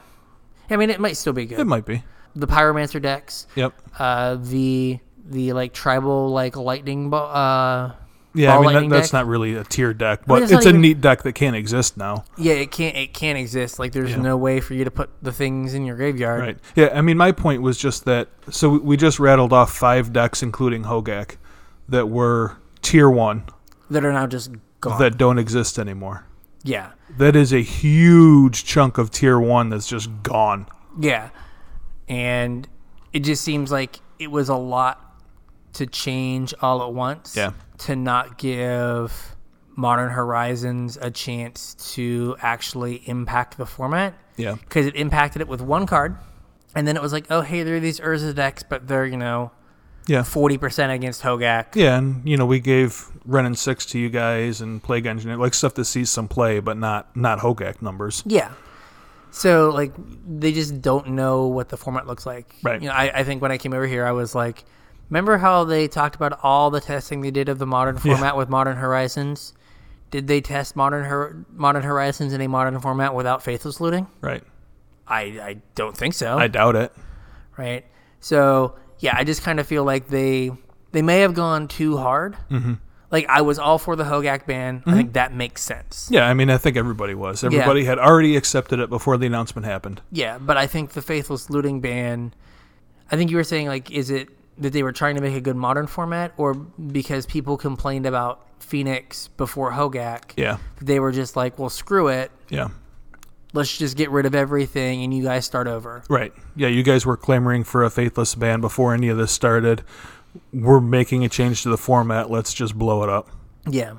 [SPEAKER 1] I mean, it might still be good.
[SPEAKER 2] It might be.
[SPEAKER 1] the Pyromancer decks,
[SPEAKER 2] Yep.
[SPEAKER 1] uh, the the like tribal like lightning bo- uh
[SPEAKER 2] Yeah,
[SPEAKER 1] Ball
[SPEAKER 2] I mean
[SPEAKER 1] lightning
[SPEAKER 2] that, that's
[SPEAKER 1] deck?
[SPEAKER 2] not really a tier deck, but
[SPEAKER 1] it's not
[SPEAKER 2] it's, a
[SPEAKER 1] even-
[SPEAKER 2] neat deck that can't exist now.
[SPEAKER 1] yeah it can't it can't exist like there's
[SPEAKER 2] Yeah.
[SPEAKER 1] no way for you to put the things in your graveyard
[SPEAKER 2] Right. Yeah, I mean my point was just that so we- we just rattled off five decks including Hogak that were tier 1
[SPEAKER 1] that are now just gone
[SPEAKER 2] that don't exist anymore.
[SPEAKER 1] yeah
[SPEAKER 2] That is a huge chunk of tier 1 that's just gone.
[SPEAKER 1] yeah and it just seems like it was a lot to change all at once
[SPEAKER 2] Yeah.
[SPEAKER 1] to not give modern horizons a chance to actually impact the format
[SPEAKER 2] Yeah.
[SPEAKER 1] because it impacted it with one card, and then it was like, oh hey, there are these Urza decks, but they're you know
[SPEAKER 2] Yeah.
[SPEAKER 1] forty percent against Hogak.
[SPEAKER 2] Yeah, and you know, we gave Renin 6 to you guys and Plague Engineer, like stuff that sees some play but not not Hogak numbers.
[SPEAKER 1] Yeah. So like they just don't know what the format looks like.
[SPEAKER 2] Right.
[SPEAKER 1] You know, I, I think when I came over here, I was like, remember how they talked about all the testing they did of the modern
[SPEAKER 2] Yeah.
[SPEAKER 1] format with Modern Horizons? Did they test modern Hor- Modern Horizons in a modern format without faithless looting?
[SPEAKER 2] Right.
[SPEAKER 1] I, I don't think so.
[SPEAKER 2] I doubt it.
[SPEAKER 1] right? So yeah, I just kind of feel like they they may have gone too hard. Mm-hmm. Like I was all for the Hogak ban.
[SPEAKER 2] Mm-hmm.
[SPEAKER 1] I think that makes sense.
[SPEAKER 2] Yeah, I mean, I think everybody was. Everybody had already accepted it before the announcement happened.
[SPEAKER 1] Yeah, but I think the faithless looting ban. I think you were saying like, is it that they were trying to make a good modern format, or because people complained about Phoenix before Hogak,
[SPEAKER 2] Yeah.
[SPEAKER 1] they were just like, well, screw it,
[SPEAKER 2] Yeah.
[SPEAKER 1] let's just get rid of everything and you guys start over.
[SPEAKER 2] Right. Yeah, you guys were clamoring for a faithless ban before any of this started. We're making a change to the format. Let's just blow it up.
[SPEAKER 1] Yeah,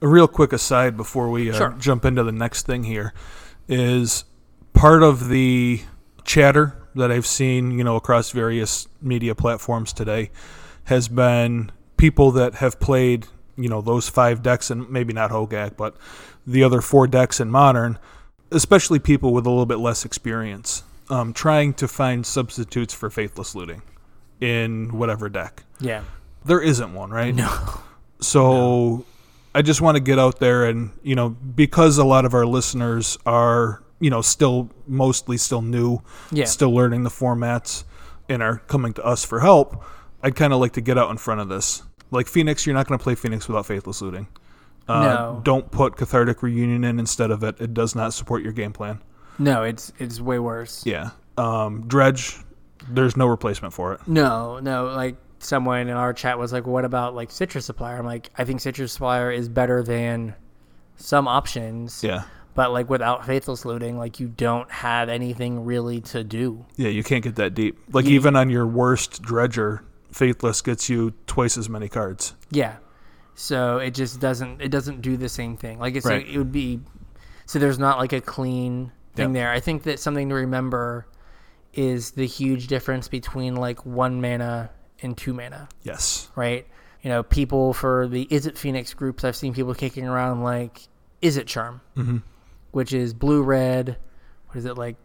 [SPEAKER 2] A real quick aside before we uh,
[SPEAKER 1] Sure.
[SPEAKER 2] jump into the next thing here is part of the chatter that I've seen, you know, across various media platforms today has been people that have played, you know, those five decks and maybe not Hogak, but the other four decks in modern, especially people with a little bit less experience, um, trying to find substitutes for Faithless Looting in whatever deck.
[SPEAKER 1] yeah,
[SPEAKER 2] There isn't one, right? No. So I just want to get out there and, you know, because a lot of our listeners are, you know, still mostly still new,
[SPEAKER 1] Yeah.
[SPEAKER 2] still learning the formats and are coming to us for help, I'd kind of like to get out in front of this. Like Phoenix, you're not going to play Phoenix without Faithless Looting. Uh,
[SPEAKER 1] No.
[SPEAKER 2] Don't put Cathartic Reunion in instead of it. It does not support your game plan.
[SPEAKER 1] no, it's it's way worse.
[SPEAKER 2] Yeah. Um, Dredge, there's no replacement for it.
[SPEAKER 1] No, no. Like someone in our chat was like, "What about like citrus supplier?" I'm like, "I think citrus supplier is better than some options."
[SPEAKER 2] Yeah.
[SPEAKER 1] But like without faithless looting, like you don't have anything really to do.
[SPEAKER 2] Yeah, you can't get that deep. Like even on your worst dredger, Faithless gets you twice as many cards.
[SPEAKER 1] Yeah. So it just doesn't it doesn't do the same thing. Like it's
[SPEAKER 2] Right.
[SPEAKER 1] it would be so there's not like a clean thing
[SPEAKER 2] Yep.
[SPEAKER 1] there. I think that something to remember is the huge difference between like one mana and two mana.
[SPEAKER 2] Yes.
[SPEAKER 1] right? You know, people for the Is It Phoenix groups, I've seen people kicking around like Is It Charm,
[SPEAKER 2] Mm-hmm.
[SPEAKER 1] which is blue red. What is it like?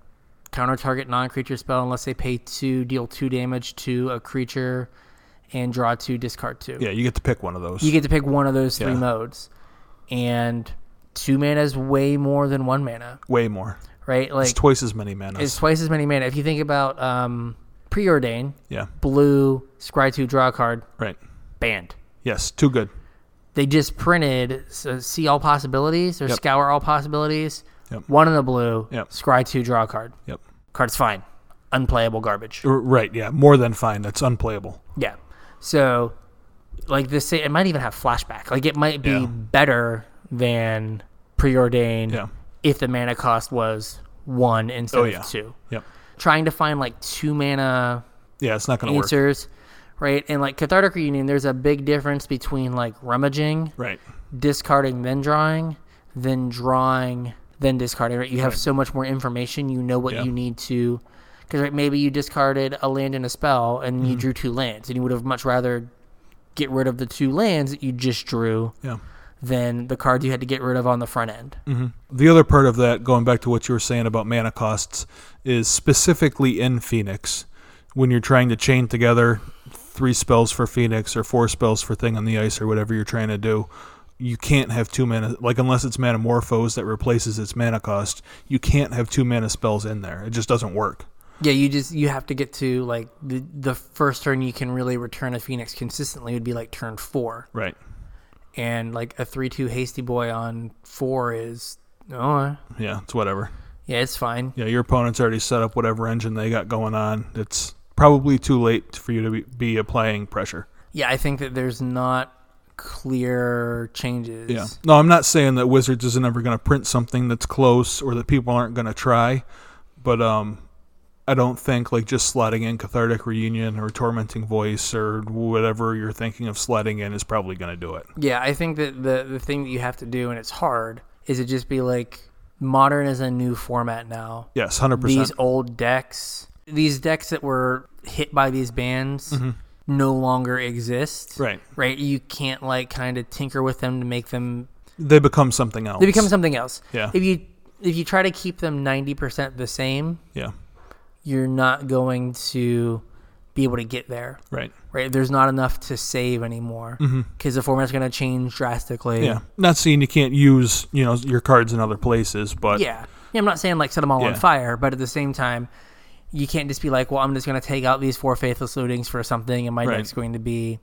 [SPEAKER 1] Counter target non creature spell unless they pay two, deal two damage to a creature, and draw two, discard two.
[SPEAKER 2] Yeah, you get to pick one of those.
[SPEAKER 1] You get to pick one of those three
[SPEAKER 2] Yeah.
[SPEAKER 1] modes, and two mana is way more than one mana,
[SPEAKER 2] Way more.
[SPEAKER 1] right? Like
[SPEAKER 2] It's twice as many
[SPEAKER 1] it's
[SPEAKER 2] manas.
[SPEAKER 1] twice as many mana. If you think about um, preordain,
[SPEAKER 2] Yeah.
[SPEAKER 1] blue, scry two, draw a card,
[SPEAKER 2] Right.
[SPEAKER 1] banned.
[SPEAKER 2] Yes. Too good.
[SPEAKER 1] they just printed so see all possibilities or
[SPEAKER 2] Yep.
[SPEAKER 1] scour all possibilities.
[SPEAKER 2] Yep.
[SPEAKER 1] One in the blue,
[SPEAKER 2] Yep.
[SPEAKER 1] scry two, draw a card.
[SPEAKER 2] Yep.
[SPEAKER 1] Card's fine. Unplayable garbage.
[SPEAKER 2] R- right. Yeah. More than fine. That's unplayable.
[SPEAKER 1] Yeah. So like this sa- it might even have flashback. Like it might be
[SPEAKER 2] Yeah.
[SPEAKER 1] better than preordained
[SPEAKER 2] Yeah.
[SPEAKER 1] if the mana cost was one instead
[SPEAKER 2] Oh,
[SPEAKER 1] of
[SPEAKER 2] yeah.
[SPEAKER 1] two.
[SPEAKER 2] Yep.
[SPEAKER 1] Trying to find like two mana
[SPEAKER 2] Yeah, it's not going to work.
[SPEAKER 1] answers. Right. And like cathartic reunion, there's a big difference between like rummaging
[SPEAKER 2] Right.
[SPEAKER 1] discarding then drawing then drawing then discarding right you have so much more information you know what
[SPEAKER 2] Yeah.
[SPEAKER 1] you need to because right maybe you discarded a land and a spell and you drew two lands and you would have much rather get rid of the two lands that you just drew
[SPEAKER 2] Yeah.
[SPEAKER 1] than the cards you had to get rid of on the front end.
[SPEAKER 2] The other part of that, going back to what you were saying about mana costs, is specifically in Phoenix when you're trying to chain together three spells for Phoenix or four spells for Thing on the Ice or whatever you're trying to do. You can't have two mana, like unless it's Metamorphose that replaces its mana cost. You can't have two mana spells in there. It just doesn't work.
[SPEAKER 1] Yeah, you just you have to get to like the the first turn you can really return a phoenix consistently would be like turn four,
[SPEAKER 2] Right.
[SPEAKER 1] and like a three two hasty boy on four is oh uh,
[SPEAKER 2] Yeah, it's whatever.
[SPEAKER 1] yeah it's fine.
[SPEAKER 2] Yeah, your opponent's already set up whatever engine they got going on. It's probably too late for you to be, be applying pressure.
[SPEAKER 1] Yeah, I think that there's not clear changes.
[SPEAKER 2] Yeah. No, I'm not saying that Wizards isn't ever going to print something that's close or that people aren't going to try, but um, I don't think like just slotting in Cathartic Reunion or Tormenting Voice or whatever you're thinking of slotting in is probably going to do it.
[SPEAKER 1] Yeah, I think that the the thing that you have to do and it's hard is it just be like modern is a new format now.
[SPEAKER 2] Yes, hundred
[SPEAKER 1] These
[SPEAKER 2] percent.
[SPEAKER 1] old decks, these decks that were hit by these bans no longer exist.
[SPEAKER 2] Mm-hmm. Right.
[SPEAKER 1] Right? You can't like kind of tinker with them to make them
[SPEAKER 2] They become something else.
[SPEAKER 1] they become something else.
[SPEAKER 2] Yeah.
[SPEAKER 1] If you if you try to keep them 90% the same,
[SPEAKER 2] yeah.
[SPEAKER 1] you're not going to be able to get there.
[SPEAKER 2] Right.
[SPEAKER 1] Right? There's not enough to save anymore because the format's going to change drastically.
[SPEAKER 2] Mm-hmm. Yeah. Not saying you can't use you know your cards in other places, but
[SPEAKER 1] Yeah. Yeah, I'm not saying like set them all on
[SPEAKER 2] Yeah.
[SPEAKER 1] fire, but at the same time, you can't just be like, well, I'm just going to take out these four faithless lootings for something, and my
[SPEAKER 2] Right.
[SPEAKER 1] deck's going to be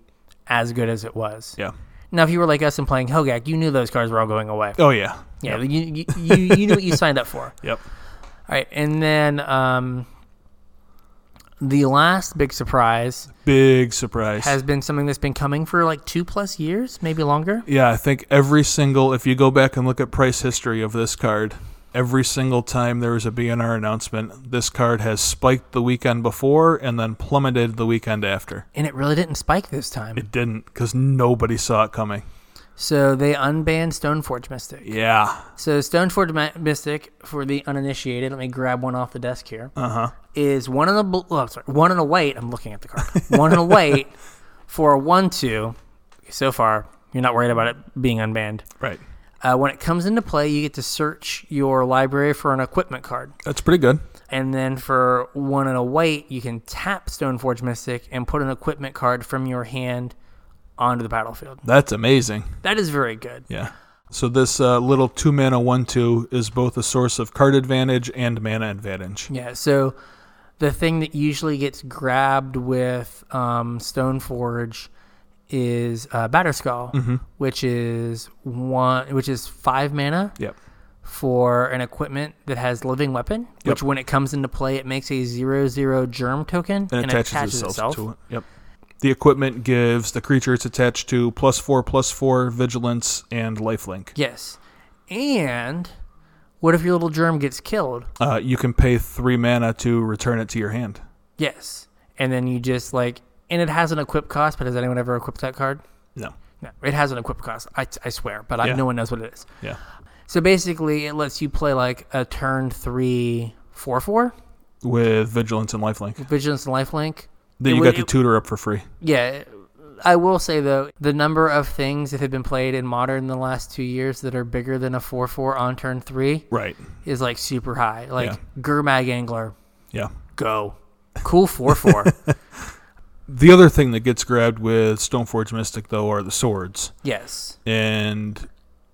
[SPEAKER 1] as good as it was.
[SPEAKER 2] yeah.
[SPEAKER 1] Now, if you were like us and playing Hogak, you knew those cards were all going away.
[SPEAKER 2] Oh yeah.
[SPEAKER 1] Yeah, you, you, you, you knew what you signed up for.
[SPEAKER 2] Yep.
[SPEAKER 1] All right, and then um, the last big surprise
[SPEAKER 2] Big surprise.
[SPEAKER 1] has been something that's been coming for like two plus years, maybe longer.
[SPEAKER 2] Yeah, I think every single if you go back and look at price history of this card, every single time there was a BNR announcement, this card has spiked the weekend before and then plummeted the weekend after.
[SPEAKER 1] And it really didn't spike this time.
[SPEAKER 2] It didn't because nobody saw it coming.
[SPEAKER 1] So they unbanned Stoneforge Mystic.
[SPEAKER 2] Yeah.
[SPEAKER 1] So Stoneforge Ma- Mystic, for the uninitiated, let me grab one off the desk here.
[SPEAKER 2] Uh huh.
[SPEAKER 1] Is one in a bl- oh, I'm sorry, one in a white. I'm looking at the card. one in a white for a one-two. So far, you're not worried about it being unbanned.
[SPEAKER 2] Right.
[SPEAKER 1] Uh, when it comes into play, you get to search your library for an equipment card,
[SPEAKER 2] That's pretty good.
[SPEAKER 1] and then for one in a white, you can tap Stoneforge Mystic and put an equipment card from your hand onto the battlefield.
[SPEAKER 2] That's amazing.
[SPEAKER 1] That is very good.
[SPEAKER 2] Yeah. So this uh, little two mana one two is both a source of card advantage and mana advantage.
[SPEAKER 1] Yeah, so the thing that usually gets grabbed with um, Stoneforge is uh, Batterskull,
[SPEAKER 2] Mm-hmm.
[SPEAKER 1] which is one, which is five mana
[SPEAKER 2] Yep.
[SPEAKER 1] for an equipment that has Living Weapon. Which, when it comes into play, it makes a zero zero germ token
[SPEAKER 2] and, attaches, itself, to it. Yep. The equipment gives the creature it's attached to plus four, plus four vigilance and lifelink.
[SPEAKER 1] Yes, and what if your little germ gets killed?
[SPEAKER 2] Uh, you can pay three mana to return it to your hand.
[SPEAKER 1] Yes, and then you just like, and it has an equip cost, but has anyone ever equipped that card?
[SPEAKER 2] No.
[SPEAKER 1] No, it has an equip cost. I, I swear, but I,
[SPEAKER 2] Yeah.
[SPEAKER 1] no one knows what it is.
[SPEAKER 2] Yeah.
[SPEAKER 1] So basically, it lets you play like a turn three, four, four
[SPEAKER 2] With vigilance and lifelink.
[SPEAKER 1] vigilance and lifelink.
[SPEAKER 2] Then
[SPEAKER 1] It
[SPEAKER 2] you
[SPEAKER 1] would-
[SPEAKER 2] got the tutor up for free.
[SPEAKER 1] Yeah, I will say though, the number of things that have been played in modern the last two years that are bigger than a four four on turn three
[SPEAKER 2] Right.
[SPEAKER 1] is like super high. Like
[SPEAKER 2] Yeah.
[SPEAKER 1] Gurmag Angler,
[SPEAKER 2] Yeah.
[SPEAKER 1] go, cool four four.
[SPEAKER 2] The other thing that gets grabbed with Stoneforge Mystic though are the swords.
[SPEAKER 1] yes,
[SPEAKER 2] and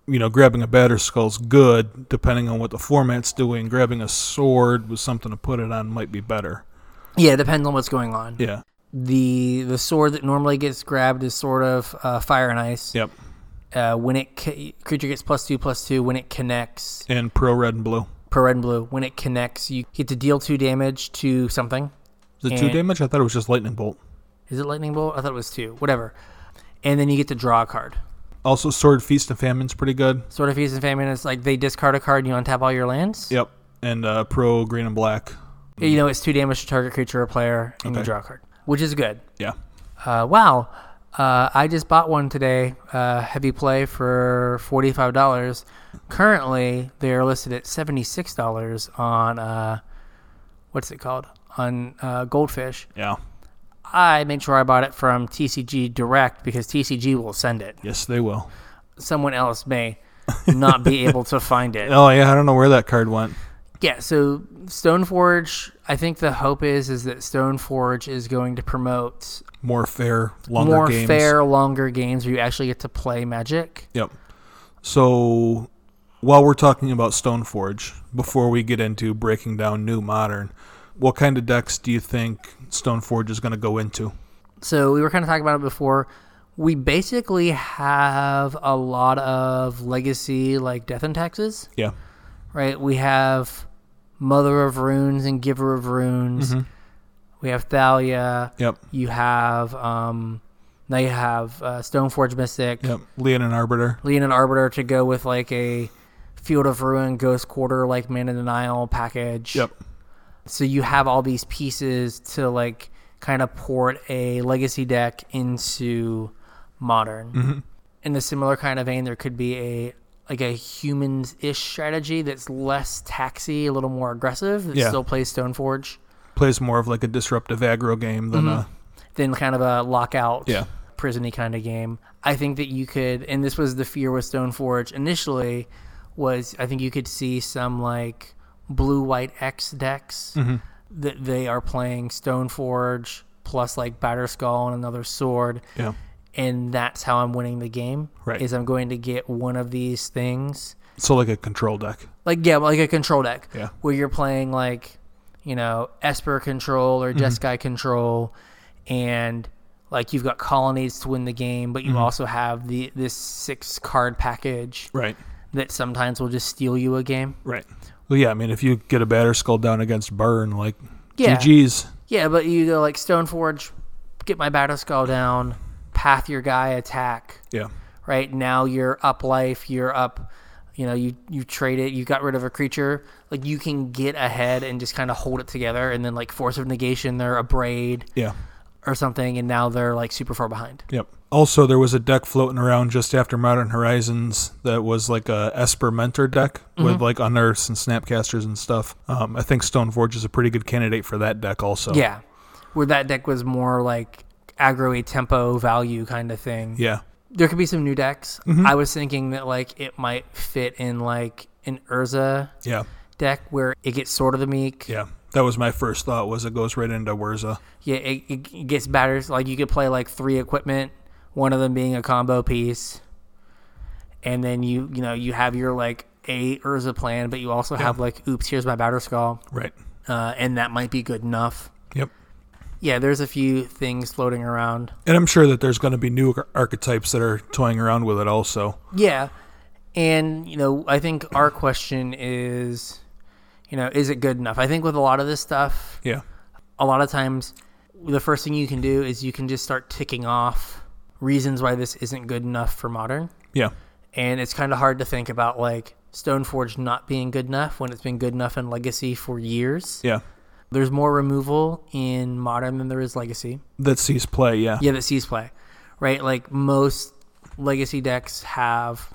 [SPEAKER 2] you know grabbing a batter skull's good depending on what the format's doing grabbing a sword with something to put it on might be better
[SPEAKER 1] yeah, depends on what's going on.
[SPEAKER 2] yeah
[SPEAKER 1] The the sword that normally gets grabbed is sort of uh, fire and ice.
[SPEAKER 2] yep
[SPEAKER 1] uh, when it ca- creature gets plus two plus two when it connects
[SPEAKER 2] and pro red and blue
[SPEAKER 1] per red and blue when it connects you get to deal two damage to something
[SPEAKER 2] is it two
[SPEAKER 1] And-
[SPEAKER 2] damage i thought it was just lightning bolt
[SPEAKER 1] is it lightning bolt i thought it was two whatever and then you get to draw a card
[SPEAKER 2] also sword feast and famine's pretty good
[SPEAKER 1] sort of feast and famine is like they discard a card and you untap all your lands
[SPEAKER 2] yep and uh, pro green and black
[SPEAKER 1] you know it's two damage to target creature or player and you
[SPEAKER 2] Okay.
[SPEAKER 1] draw a card which is good
[SPEAKER 2] yeah
[SPEAKER 1] uh, wow uh, i just bought one today uh, heavy play for $45 currently they're listed at $76 on uh, what's it called on uh, goldfish
[SPEAKER 2] yeah
[SPEAKER 1] i made sure i bought it from tcg direct because tcg will send it
[SPEAKER 2] yes they will
[SPEAKER 1] someone else may not be able to find it.
[SPEAKER 2] Oh yeah, I don't know where that card went.
[SPEAKER 1] Yeah, so Stoneforge, I think the hope is is that Stoneforge is going to promote
[SPEAKER 2] More fair, longer
[SPEAKER 1] more
[SPEAKER 2] games.
[SPEAKER 1] fair, longer games where you actually get to play Magic.
[SPEAKER 2] Yep. So while we're talking about Stoneforge, before we get into breaking down new modern, what kind of decks do you think Stoneforge is going to go into?
[SPEAKER 1] So we were kind of talking about it before. We basically have a lot of legacy like Death and Taxes,
[SPEAKER 2] Yeah.
[SPEAKER 1] right? We have Mother of Runes and Giver of Runes.
[SPEAKER 2] Mm-hmm.
[SPEAKER 1] We have Thalia.
[SPEAKER 2] Yep.
[SPEAKER 1] You have um, now you have uh, Stoneforge Mystic.
[SPEAKER 2] Yep. Leon and Arbiter.
[SPEAKER 1] Lean and Arbiter to go with like a Field of Ruin, Ghost Quarter, like Man in Denial package.
[SPEAKER 2] Yep.
[SPEAKER 1] So you have all these pieces to like kind of port a legacy deck into modern. In a similar kind of vein, there could be a like a humans ish strategy that's less taxi, a little more aggressive, that
[SPEAKER 2] Yeah.
[SPEAKER 1] still plays Stoneforge,
[SPEAKER 2] Plays more of like a disruptive aggro game than a
[SPEAKER 1] Mm-hmm. than kind of a lockout
[SPEAKER 2] Yeah.
[SPEAKER 1] prisony kind of game. I think that you could, and this was the fear with Stoneforge initially, was I think you could see some like blue white X decks
[SPEAKER 2] Mm-hmm.
[SPEAKER 1] that they are playing Stoneforge plus like Batterskull and another sword,
[SPEAKER 2] yeah.
[SPEAKER 1] and that's how I'm winning the game.
[SPEAKER 2] Right.
[SPEAKER 1] Is I'm going to get one of these things,
[SPEAKER 2] So like a control deck.
[SPEAKER 1] like yeah, like a control deck,
[SPEAKER 2] Yeah.
[SPEAKER 1] where you're playing like you know Esper control or
[SPEAKER 2] Mm-hmm.
[SPEAKER 1] Jeskai control, and like you've got colonies to win the game, but you also have the this six card package
[SPEAKER 2] Mm-hmm. Right.
[SPEAKER 1] that sometimes will just steal you a game.
[SPEAKER 2] Right. Well, yeah. I mean, if you get a batter skull down against Burn, like
[SPEAKER 1] Yeah.
[SPEAKER 2] GG's.
[SPEAKER 1] Yeah, but you go like Stoneforge, get my battle skull down, path your guy attack.
[SPEAKER 2] Yeah.
[SPEAKER 1] Right now you're up life, you're up. You know, you you trade it, you got rid of a creature. Like you can get ahead and just kind of hold it together, and then like force of negation, they're a braid.
[SPEAKER 2] Yeah.
[SPEAKER 1] or something, and now they're like super far behind.
[SPEAKER 2] Yep. Also, there was a deck floating around just after Modern Horizons that was like a Esper Mentor deck with like Unearths and Snapcasters and stuff. Um, I think Stoneforge is a pretty good candidate for that deck also.
[SPEAKER 1] Yeah, where that deck was more like aggro tempo value kind of thing.
[SPEAKER 2] Yeah.
[SPEAKER 1] There could be some new decks. I was thinking that like it might fit in like an Urza
[SPEAKER 2] Yeah.
[SPEAKER 1] deck where it gets sort of the meek.
[SPEAKER 2] Yeah. That was my first thought was it goes right into Wurza.
[SPEAKER 1] Yeah, it, it gets better. Like you could play like three equipment, one of them being a combo piece, and then you you know you have your like a Urza plan, but you also have like oops here's my Batter Skull,
[SPEAKER 2] Right.
[SPEAKER 1] uh, and that might be good enough.
[SPEAKER 2] Yep.
[SPEAKER 1] Yeah, there's a few things floating around.
[SPEAKER 2] And I'm sure that there's going to be new ar- archetypes that are toying around with it also.
[SPEAKER 1] Yeah. And, you know, I think our question is, you know, is it good enough? I think with a lot of this stuff,
[SPEAKER 2] Yeah.
[SPEAKER 1] a lot of times the first thing you can do is you can just start ticking off reasons why this isn't good enough for modern.
[SPEAKER 2] Yeah.
[SPEAKER 1] And it's kind of hard to think about, like, Stoneforge not being good enough when it's been good enough in Legacy for years.
[SPEAKER 2] Yeah.
[SPEAKER 1] There's more removal in Modern than there is Legacy.
[SPEAKER 2] That sees play. Yeah.
[SPEAKER 1] Yeah, that sees play, right? Like most legacy decks have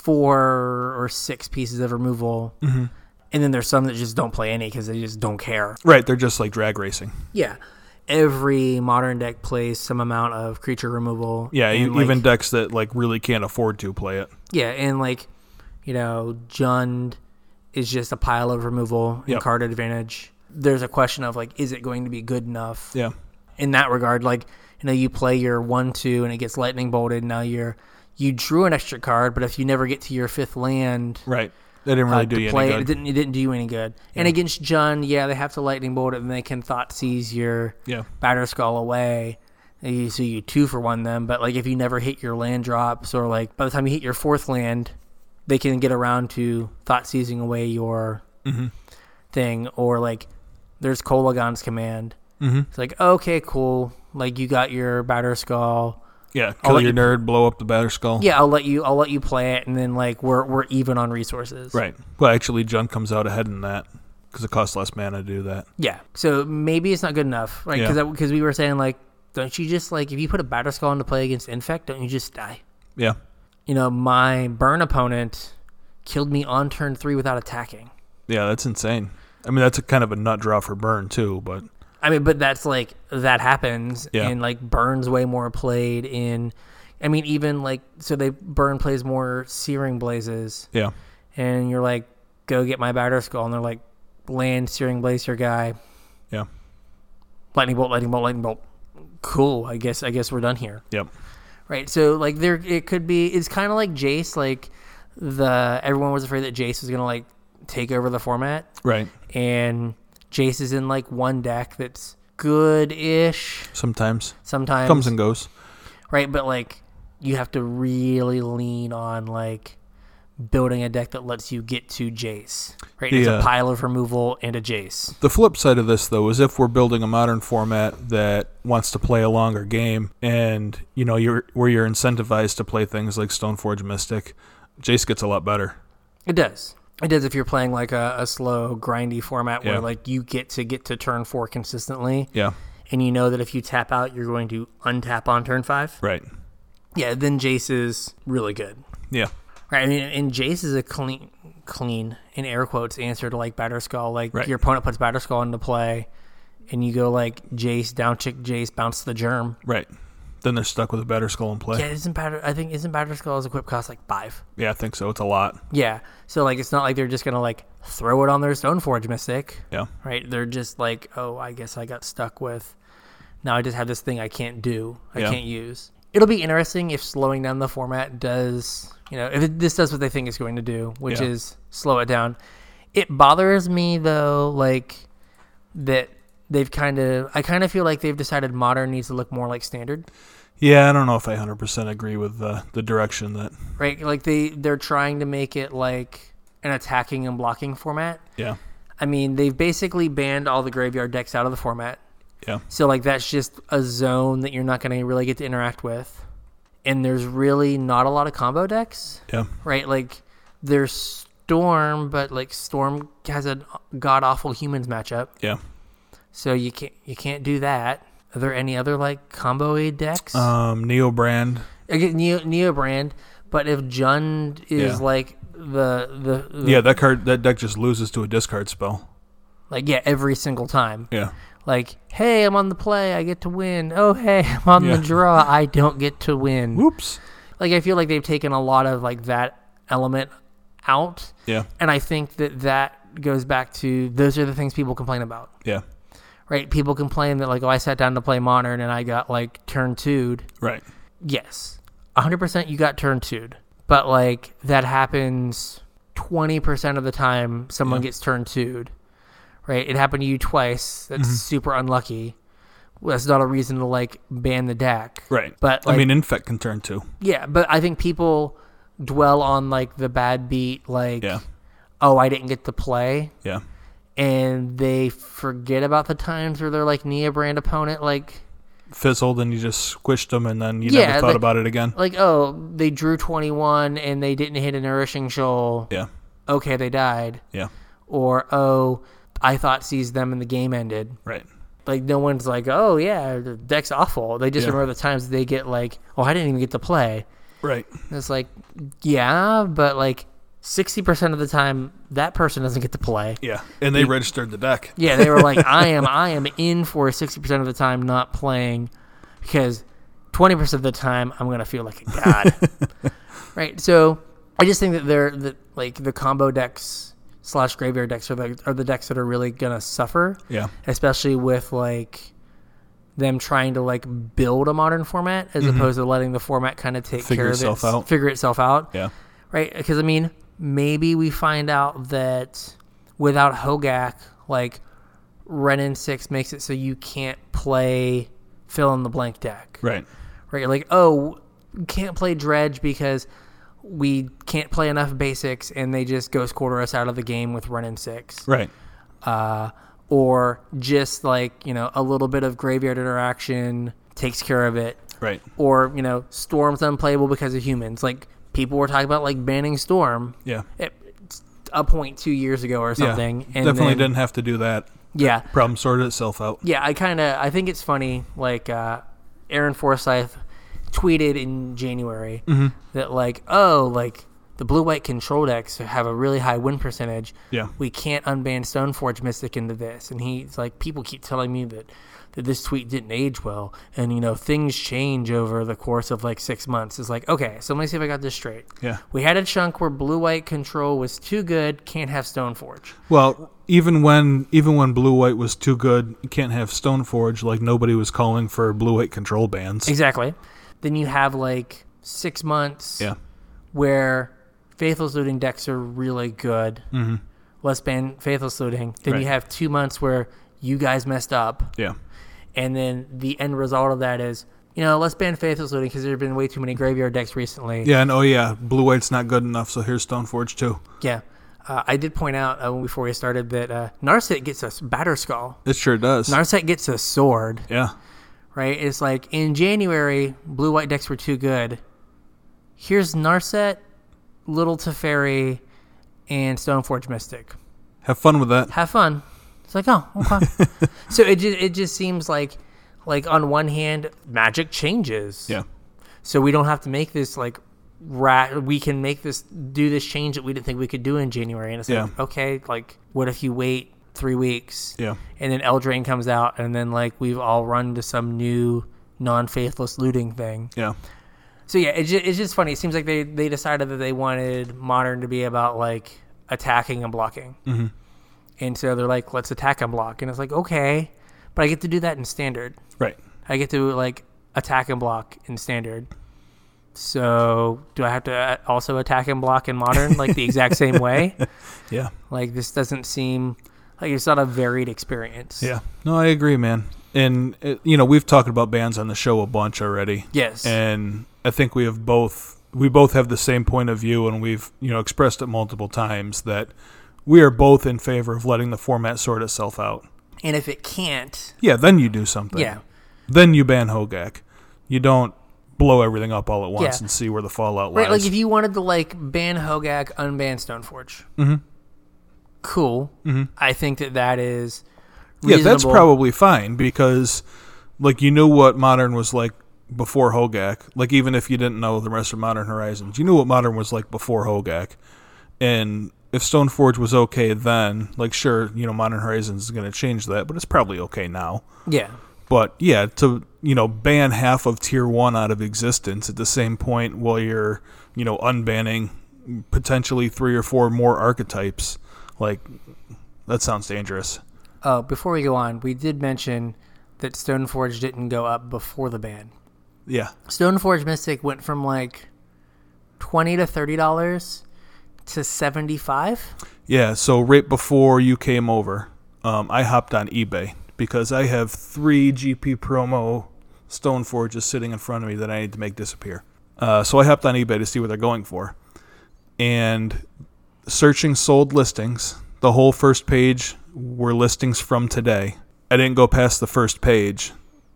[SPEAKER 1] four or six pieces of removal, and then there's some that just don't play any because they just don't care.
[SPEAKER 2] Right. They're just like drag racing.
[SPEAKER 1] Yeah, every modern deck plays some amount of creature removal.
[SPEAKER 2] Yeah.
[SPEAKER 1] and,
[SPEAKER 2] e-
[SPEAKER 1] like-
[SPEAKER 2] even decks that like really can't afford to play it.
[SPEAKER 1] yeah, and like you know, Jund is just a pile of removal and
[SPEAKER 2] Yep.
[SPEAKER 1] card advantage. There's a question of like, is it going to be good enough?
[SPEAKER 2] Yeah.
[SPEAKER 1] in that regard. Like, you know, you play your one two and it gets lightning bolted. Now you're you drew an extra card, but if you never get to your fifth land
[SPEAKER 2] Right. They didn't really
[SPEAKER 1] uh,
[SPEAKER 2] do you
[SPEAKER 1] to play,
[SPEAKER 2] any good.
[SPEAKER 1] it didn't it didn't do you any good. And against Jun, yeah, they have to lightning bolt it, and they can thought seize your
[SPEAKER 2] Yeah.
[SPEAKER 1] batter skull away. And you- So you two for one them, but like if you never hit your land drops, or like by the time you hit your fourth land, they can get around to thought seizing away your
[SPEAKER 2] Mm-hmm.
[SPEAKER 1] thing, or like there's Kolagon's command. Mm-hmm. It's like okay, cool, like you got your batter skull.
[SPEAKER 2] Yeah,
[SPEAKER 1] I'll
[SPEAKER 2] kill
[SPEAKER 1] let
[SPEAKER 2] your
[SPEAKER 1] you-
[SPEAKER 2] nerd, blow up the batter skull.
[SPEAKER 1] Yeah, I'll let you, I'll let you play it, and then like we're we're even on resources.
[SPEAKER 2] Right. Well, actually, Junk comes out ahead in that because it costs less mana to do that.
[SPEAKER 1] Yeah. So maybe it's not good enough, right?
[SPEAKER 2] Yeah.
[SPEAKER 1] Because because we were saying like, don't you just like if you put a batter skull into play against infect, don't you just die?
[SPEAKER 2] Yeah.
[SPEAKER 1] you know, my burn opponent killed me on turn three without attacking.
[SPEAKER 2] Yeah, that's insane. I mean, that's a kind of a nut draw for Burn, too, but
[SPEAKER 1] I mean, but that's like that happens,
[SPEAKER 2] Yeah.
[SPEAKER 1] and like burns way more played in, I mean, even like so they burn plays more searing blazes,
[SPEAKER 2] Yeah.
[SPEAKER 1] and you're like, go get my batter skull, and they're like, land searing blaze your guy,
[SPEAKER 2] Yeah.
[SPEAKER 1] lightning bolt, lightning bolt, lightning bolt. Cool. I guess I guess we're done here.
[SPEAKER 2] Yep.
[SPEAKER 1] Right. So like there it could be it's kind of like Jace like the everyone was afraid that Jace was going to like take over the format
[SPEAKER 2] Right.
[SPEAKER 1] and Jace is in like one deck that's good-ish
[SPEAKER 2] Sometimes
[SPEAKER 1] sometimes
[SPEAKER 2] comes and goes.
[SPEAKER 1] right but like you have to really lean on like building a deck that lets you get to Jace. Right? It's
[SPEAKER 2] Yeah.
[SPEAKER 1] a pile of removal and a Jace.
[SPEAKER 2] The flip side of this, though, is if we're building a modern format that wants to play a longer game, and you know, you're where you're incentivized to play things like Stoneforge Mystic, Jace gets a lot better.
[SPEAKER 1] It does. It does if you're playing like a, a slow grindy format where
[SPEAKER 2] Yeah.
[SPEAKER 1] like you get to get to turn 4 consistently.
[SPEAKER 2] Yeah,
[SPEAKER 1] and you know that if you tap out, you're going to untap on turn five,
[SPEAKER 2] right.
[SPEAKER 1] yeah, then Jace is really good.
[SPEAKER 2] Yeah,
[SPEAKER 1] Right, I mean, and Jace is a clean, clean in air quotes answer to like Batterskull. Like
[SPEAKER 2] Right.
[SPEAKER 1] your opponent puts Batterskull into play, and you go like Jace down chick Jace bounce the germ.
[SPEAKER 2] right. Then they're stuck with a better skull in play.
[SPEAKER 1] Yeah, isn't Batter? I think isn't Batterskull's equip cost like five?
[SPEAKER 2] Yeah, I think so. It's a lot.
[SPEAKER 1] Yeah, so like it's not like they're just gonna like throw it on their Stoneforge Mystic,
[SPEAKER 2] Yeah,
[SPEAKER 1] right? They're just like, oh, I guess I got stuck with. Now I just have this thing I can't do. I
[SPEAKER 2] Yeah.
[SPEAKER 1] can't use. It'll be interesting if slowing down the format does, you know, if it, this does what they think it's going to do, which
[SPEAKER 2] Yeah.
[SPEAKER 1] is slow it down. It bothers me though, like that they've kind of. I kind of feel like they've decided modern needs to look more like standard.
[SPEAKER 2] yeah. I don't know if I 100% agree with the the direction that.
[SPEAKER 1] right like they they're trying to make it like an attacking and blocking format
[SPEAKER 2] Yeah,
[SPEAKER 1] i mean they've basically banned all the graveyard decks out of the format
[SPEAKER 2] Yeah.
[SPEAKER 1] so like that's just a zone that you're not going to really get to interact with and there's really not a lot of combo decks
[SPEAKER 2] yeah,
[SPEAKER 1] right like there's storm but like storm has a god awful humans matchup
[SPEAKER 2] yeah.
[SPEAKER 1] so you can't you can't do that are there any other like combo decks
[SPEAKER 2] Um, Neo Brand.
[SPEAKER 1] Again, Neo, Neo brand, but if Jund is
[SPEAKER 2] Yeah.
[SPEAKER 1] like the, the the
[SPEAKER 2] Yeah, that card that deck just loses to a discard spell.
[SPEAKER 1] like yeah every single time
[SPEAKER 2] Yeah,
[SPEAKER 1] like hey I'm on the play I get to win oh hey I'm on
[SPEAKER 2] Yeah.
[SPEAKER 1] the draw I don't get to win
[SPEAKER 2] whoops.
[SPEAKER 1] like I feel like they've taken a lot of like that element out
[SPEAKER 2] Yeah,
[SPEAKER 1] and I think that that goes back to those are the things people complain about
[SPEAKER 2] yeah.
[SPEAKER 1] right people complain that like oh I sat down to play modern and I got like turn two'd
[SPEAKER 2] Right.
[SPEAKER 1] Yes. 100% you got turn two'd. But like that happens 20% of the time someone
[SPEAKER 2] Yeah.
[SPEAKER 1] gets turn two'd. Right? It happened to you twice. That's
[SPEAKER 2] Mm-hmm.
[SPEAKER 1] super unlucky. Well, that's not a reason to like ban the deck.
[SPEAKER 2] Right.
[SPEAKER 1] But
[SPEAKER 2] I
[SPEAKER 1] like-
[SPEAKER 2] mean, Infect can turn too.
[SPEAKER 1] Yeah, but I think people dwell on like the bad beat like
[SPEAKER 2] Yeah.
[SPEAKER 1] oh, I didn't get to play
[SPEAKER 2] Yeah.
[SPEAKER 1] and they forget about the times where they're like Neobrand opponent like
[SPEAKER 2] fizzled and you just squished them and then you
[SPEAKER 1] Yeah,
[SPEAKER 2] never thought
[SPEAKER 1] like-
[SPEAKER 2] about it again.
[SPEAKER 1] like oh, they drew 21 and they didn't hit a nourishing shoal.
[SPEAKER 2] Yeah.
[SPEAKER 1] okay, they died,
[SPEAKER 2] Yeah.
[SPEAKER 1] or oh, I thought sees them and the game ended.
[SPEAKER 2] Right.
[SPEAKER 1] Like no one's like, oh yeah, the deck's awful. They just
[SPEAKER 2] Yeah.
[SPEAKER 1] remember the times they get like, oh, I didn't even get to play.
[SPEAKER 2] Right.
[SPEAKER 1] And it's like, yeah, but like sixty percent of the time that person doesn't get to play.
[SPEAKER 2] Yeah. And they registered the deck.
[SPEAKER 1] Yeah, they were like, I am, I am in for sixty percent of the time not playing because twenty percent of the time I'm gonna feel like a god. right. So I just think that they're that like the combo decks slash graveyard decks are the are the decks that are really gonna suffer,
[SPEAKER 2] Yeah.
[SPEAKER 1] especially with like them trying to like build a modern format as opposed to letting the format kind of take
[SPEAKER 2] Mm-hmm. Figure
[SPEAKER 1] care of
[SPEAKER 2] itself
[SPEAKER 1] its-
[SPEAKER 2] out.
[SPEAKER 1] figure itself out
[SPEAKER 2] Yeah.
[SPEAKER 1] right? Because I mean, maybe we find out that without Hogak, like Renin Six makes it so you can't play fill in the blank deck,
[SPEAKER 2] Right.
[SPEAKER 1] right? You're like, oh, we can't play Dredge because we can't play enough basics, and they just ghost quarter us out of the game with Renin Six,
[SPEAKER 2] Right.
[SPEAKER 1] uh, or just like you know a little bit of graveyard interaction takes care of it
[SPEAKER 2] Right.
[SPEAKER 1] or you know storm's unplayable because of humans like people were talking about like banning storm
[SPEAKER 2] Yeah.
[SPEAKER 1] at a point two years ago or
[SPEAKER 2] Yeah.
[SPEAKER 1] something and
[SPEAKER 2] Definitely
[SPEAKER 1] then-
[SPEAKER 2] didn't have to do that.
[SPEAKER 1] yeah
[SPEAKER 2] Problem sorted itself out.
[SPEAKER 1] yeah i kind of i think it's funny like uh
[SPEAKER 2] Mm-hmm.
[SPEAKER 1] aaron forsyth tweeted in january that like oh like the blue white control decks have a really high win percentage.
[SPEAKER 2] Yeah.
[SPEAKER 1] We can't unban Stoneforge Mystic into this. And he's like, people keep telling me that, that this tweet didn't age well. And, you know, things change over the course of like six months. It's like, okay, so let me see if I got this straight.
[SPEAKER 2] Yeah.
[SPEAKER 1] We had a chunk where blue white control was too good, can't have Stoneforge.
[SPEAKER 2] Well, even when even when blue white was too good, you can't have Stoneforge. Like nobody was calling for blue white control bans.
[SPEAKER 1] Exactly. Then you have like six months
[SPEAKER 2] Yeah.
[SPEAKER 1] where Faithless Looting decks are really good. Mm-hmm. Let's ban Faithless Looting. Then
[SPEAKER 2] Right.
[SPEAKER 1] you have two months where you guys messed up.
[SPEAKER 2] Yeah.
[SPEAKER 1] And then the end result of that is, you know, let's ban Faithless Looting because there have been way too many graveyard decks recently.
[SPEAKER 2] Yeah, and oh yeah, blue white's not good enough, so here's Stoneforge too.
[SPEAKER 1] Yeah. Uh, I did point out uh, before we started that uh, Narset gets a s- Batterskull.
[SPEAKER 2] It sure does.
[SPEAKER 1] Narset gets a sword,
[SPEAKER 2] yeah.
[SPEAKER 1] right? It's like in January, blue white decks were too good. Here's Narset, Little Teferi, and Stoneforge Mystic.
[SPEAKER 2] Have fun with that.
[SPEAKER 1] have fun. It's like, oh, okay. so it just, it just seems like, like on one hand, magic changes.
[SPEAKER 2] Yeah.
[SPEAKER 1] So we don't have to make this like, rat. We can make this do this change that we didn't think we could do in January. And it's like,
[SPEAKER 2] Yeah.
[SPEAKER 1] okay, like what if you wait three weeks?
[SPEAKER 2] Yeah.
[SPEAKER 1] And then Eldraine comes out, and then like we've all run to some new non-faithless looting thing.
[SPEAKER 2] Yeah.
[SPEAKER 1] So yeah, it's just, it's just funny. It seems like they they decided that they wanted modern to be about like attacking and blocking, mm-hmm. and so they're like, let's attack and block, and it's like okay, but I get to do that in standard.
[SPEAKER 2] Right.
[SPEAKER 1] I get to like attack and block in standard. So do I have to uh, also attack and block in modern like the exact same way?
[SPEAKER 2] Yeah.
[SPEAKER 1] Like this doesn't seem like it's not a varied experience.
[SPEAKER 2] Yeah. No, I agree, man. And uh, you know, we've talked about bands on the show a bunch already.
[SPEAKER 1] Yes.
[SPEAKER 2] And I think we have both we both have the same point of view and we've, you know, expressed it multiple times that we are both in favor of letting the format sort itself out.
[SPEAKER 1] and if it can't,
[SPEAKER 2] Yeah, then you do something.
[SPEAKER 1] yeah.
[SPEAKER 2] Then you ban Hogak. You don't blow everything up all at once
[SPEAKER 1] Yeah.
[SPEAKER 2] and see where the fallout lies.
[SPEAKER 1] Right, like if you wanted to like ban Hogak, unban Stoneforge. Mm-hmm. Cool. Mm-hmm. I think that that is
[SPEAKER 2] yeah,
[SPEAKER 1] reasonable.
[SPEAKER 2] that's probably fine because like you knew what modern was like before Hogak. Like even if you didn't know the rest of Modern Horizons, you knew what modern was like before Hogak. And if Stoneforge was okay then, like sure, you know, Modern Horizons is gonna change that, but it's probably okay now.
[SPEAKER 1] yeah,
[SPEAKER 2] But yeah, to you know, ban half of tier one out of existence at the same point while you're, you know, unbanning potentially three or four more archetypes, like that sounds dangerous.
[SPEAKER 1] Oh, before we go on, we did mention that Stoneforge didn't go up before the ban.
[SPEAKER 2] Yeah.
[SPEAKER 1] Stoneforge Mystic went from like twenty to thirty dollars to seventy five.
[SPEAKER 2] Yeah, so right before you came over, um, I hopped on eBay because I have three GP promo stone forges sitting in front of me that I need to make disappear. Uh, so I hopped on eBay to see what they're going for. And searching sold listings, the whole first page were listings from today. I didn't go past the first page.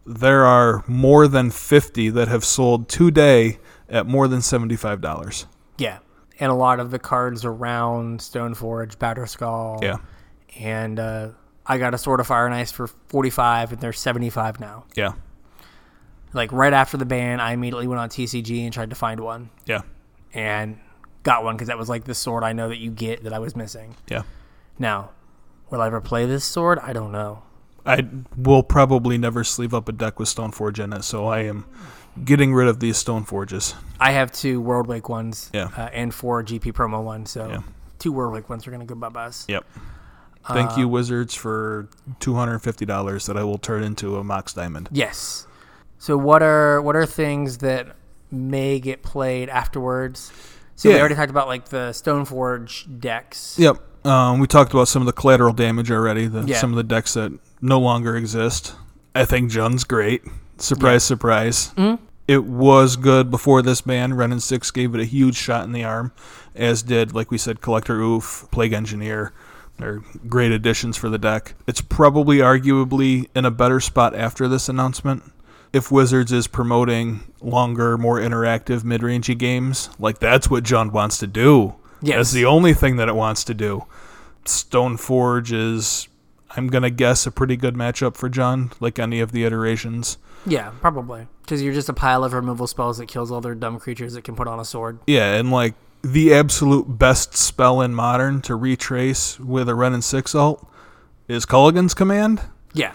[SPEAKER 2] There are more than 50 that have sold today at more than $75.
[SPEAKER 1] Yeah, and a lot of the cards around Stoneforge, Batterskull.
[SPEAKER 2] Yeah.
[SPEAKER 1] and uh, I got a Sword of Fire and Ice for forty five, and they're seventy five now.
[SPEAKER 2] Yeah.
[SPEAKER 1] like right after the ban, I immediately went on TCG and tried to find one
[SPEAKER 2] Yeah.
[SPEAKER 1] and got one because that was like the sword I know that you get that I was missing.
[SPEAKER 2] Yeah.
[SPEAKER 1] Now, will I ever play this sword? I don't know.
[SPEAKER 2] I will probably never sleeve up a deck with Stoneforge in it, so I am getting rid of these Stoneforges.
[SPEAKER 1] I have two World Wake ones
[SPEAKER 2] Yeah.
[SPEAKER 1] uh, and four GP promo ones, so
[SPEAKER 2] Yeah.
[SPEAKER 1] two World Wake ones are going to go by bus.
[SPEAKER 2] Yep. Thank you, Wizards, for two hundred and fifty dollars that I will turn into a Mox Diamond.
[SPEAKER 1] Yes. So what are what are things that may get played afterwards? So we
[SPEAKER 2] Yeah.
[SPEAKER 1] already talked about like the Stoneforge decks.
[SPEAKER 2] Yep. Um, we talked about some of the collateral damage already. The,
[SPEAKER 1] Yeah.
[SPEAKER 2] Some of the decks that no longer exist. I think Jun's great. Surprise, surprise. It was good before this ban. Ren and Six gave it a huge shot in the arm, as did, like we said, Collector Oof, Plague Engineer. They're great additions for the deck. It's probably arguably in a better spot after this announcement. If Wizards is promoting longer, more interactive mid rangey games, like that's what Jund wants to do.
[SPEAKER 1] Yes.
[SPEAKER 2] That's the only thing that it wants to do. Stoneforge is, I'm going to guess, a pretty good matchup for John, like any of the iterations.
[SPEAKER 1] Yeah, probably because you're just a pile of removal spells that kills all their dumb creatures that can put on a sword.
[SPEAKER 2] Yeah, and like the absolute best spell in modern to retrace with a run and six alt is Culligan's command,
[SPEAKER 1] Yeah.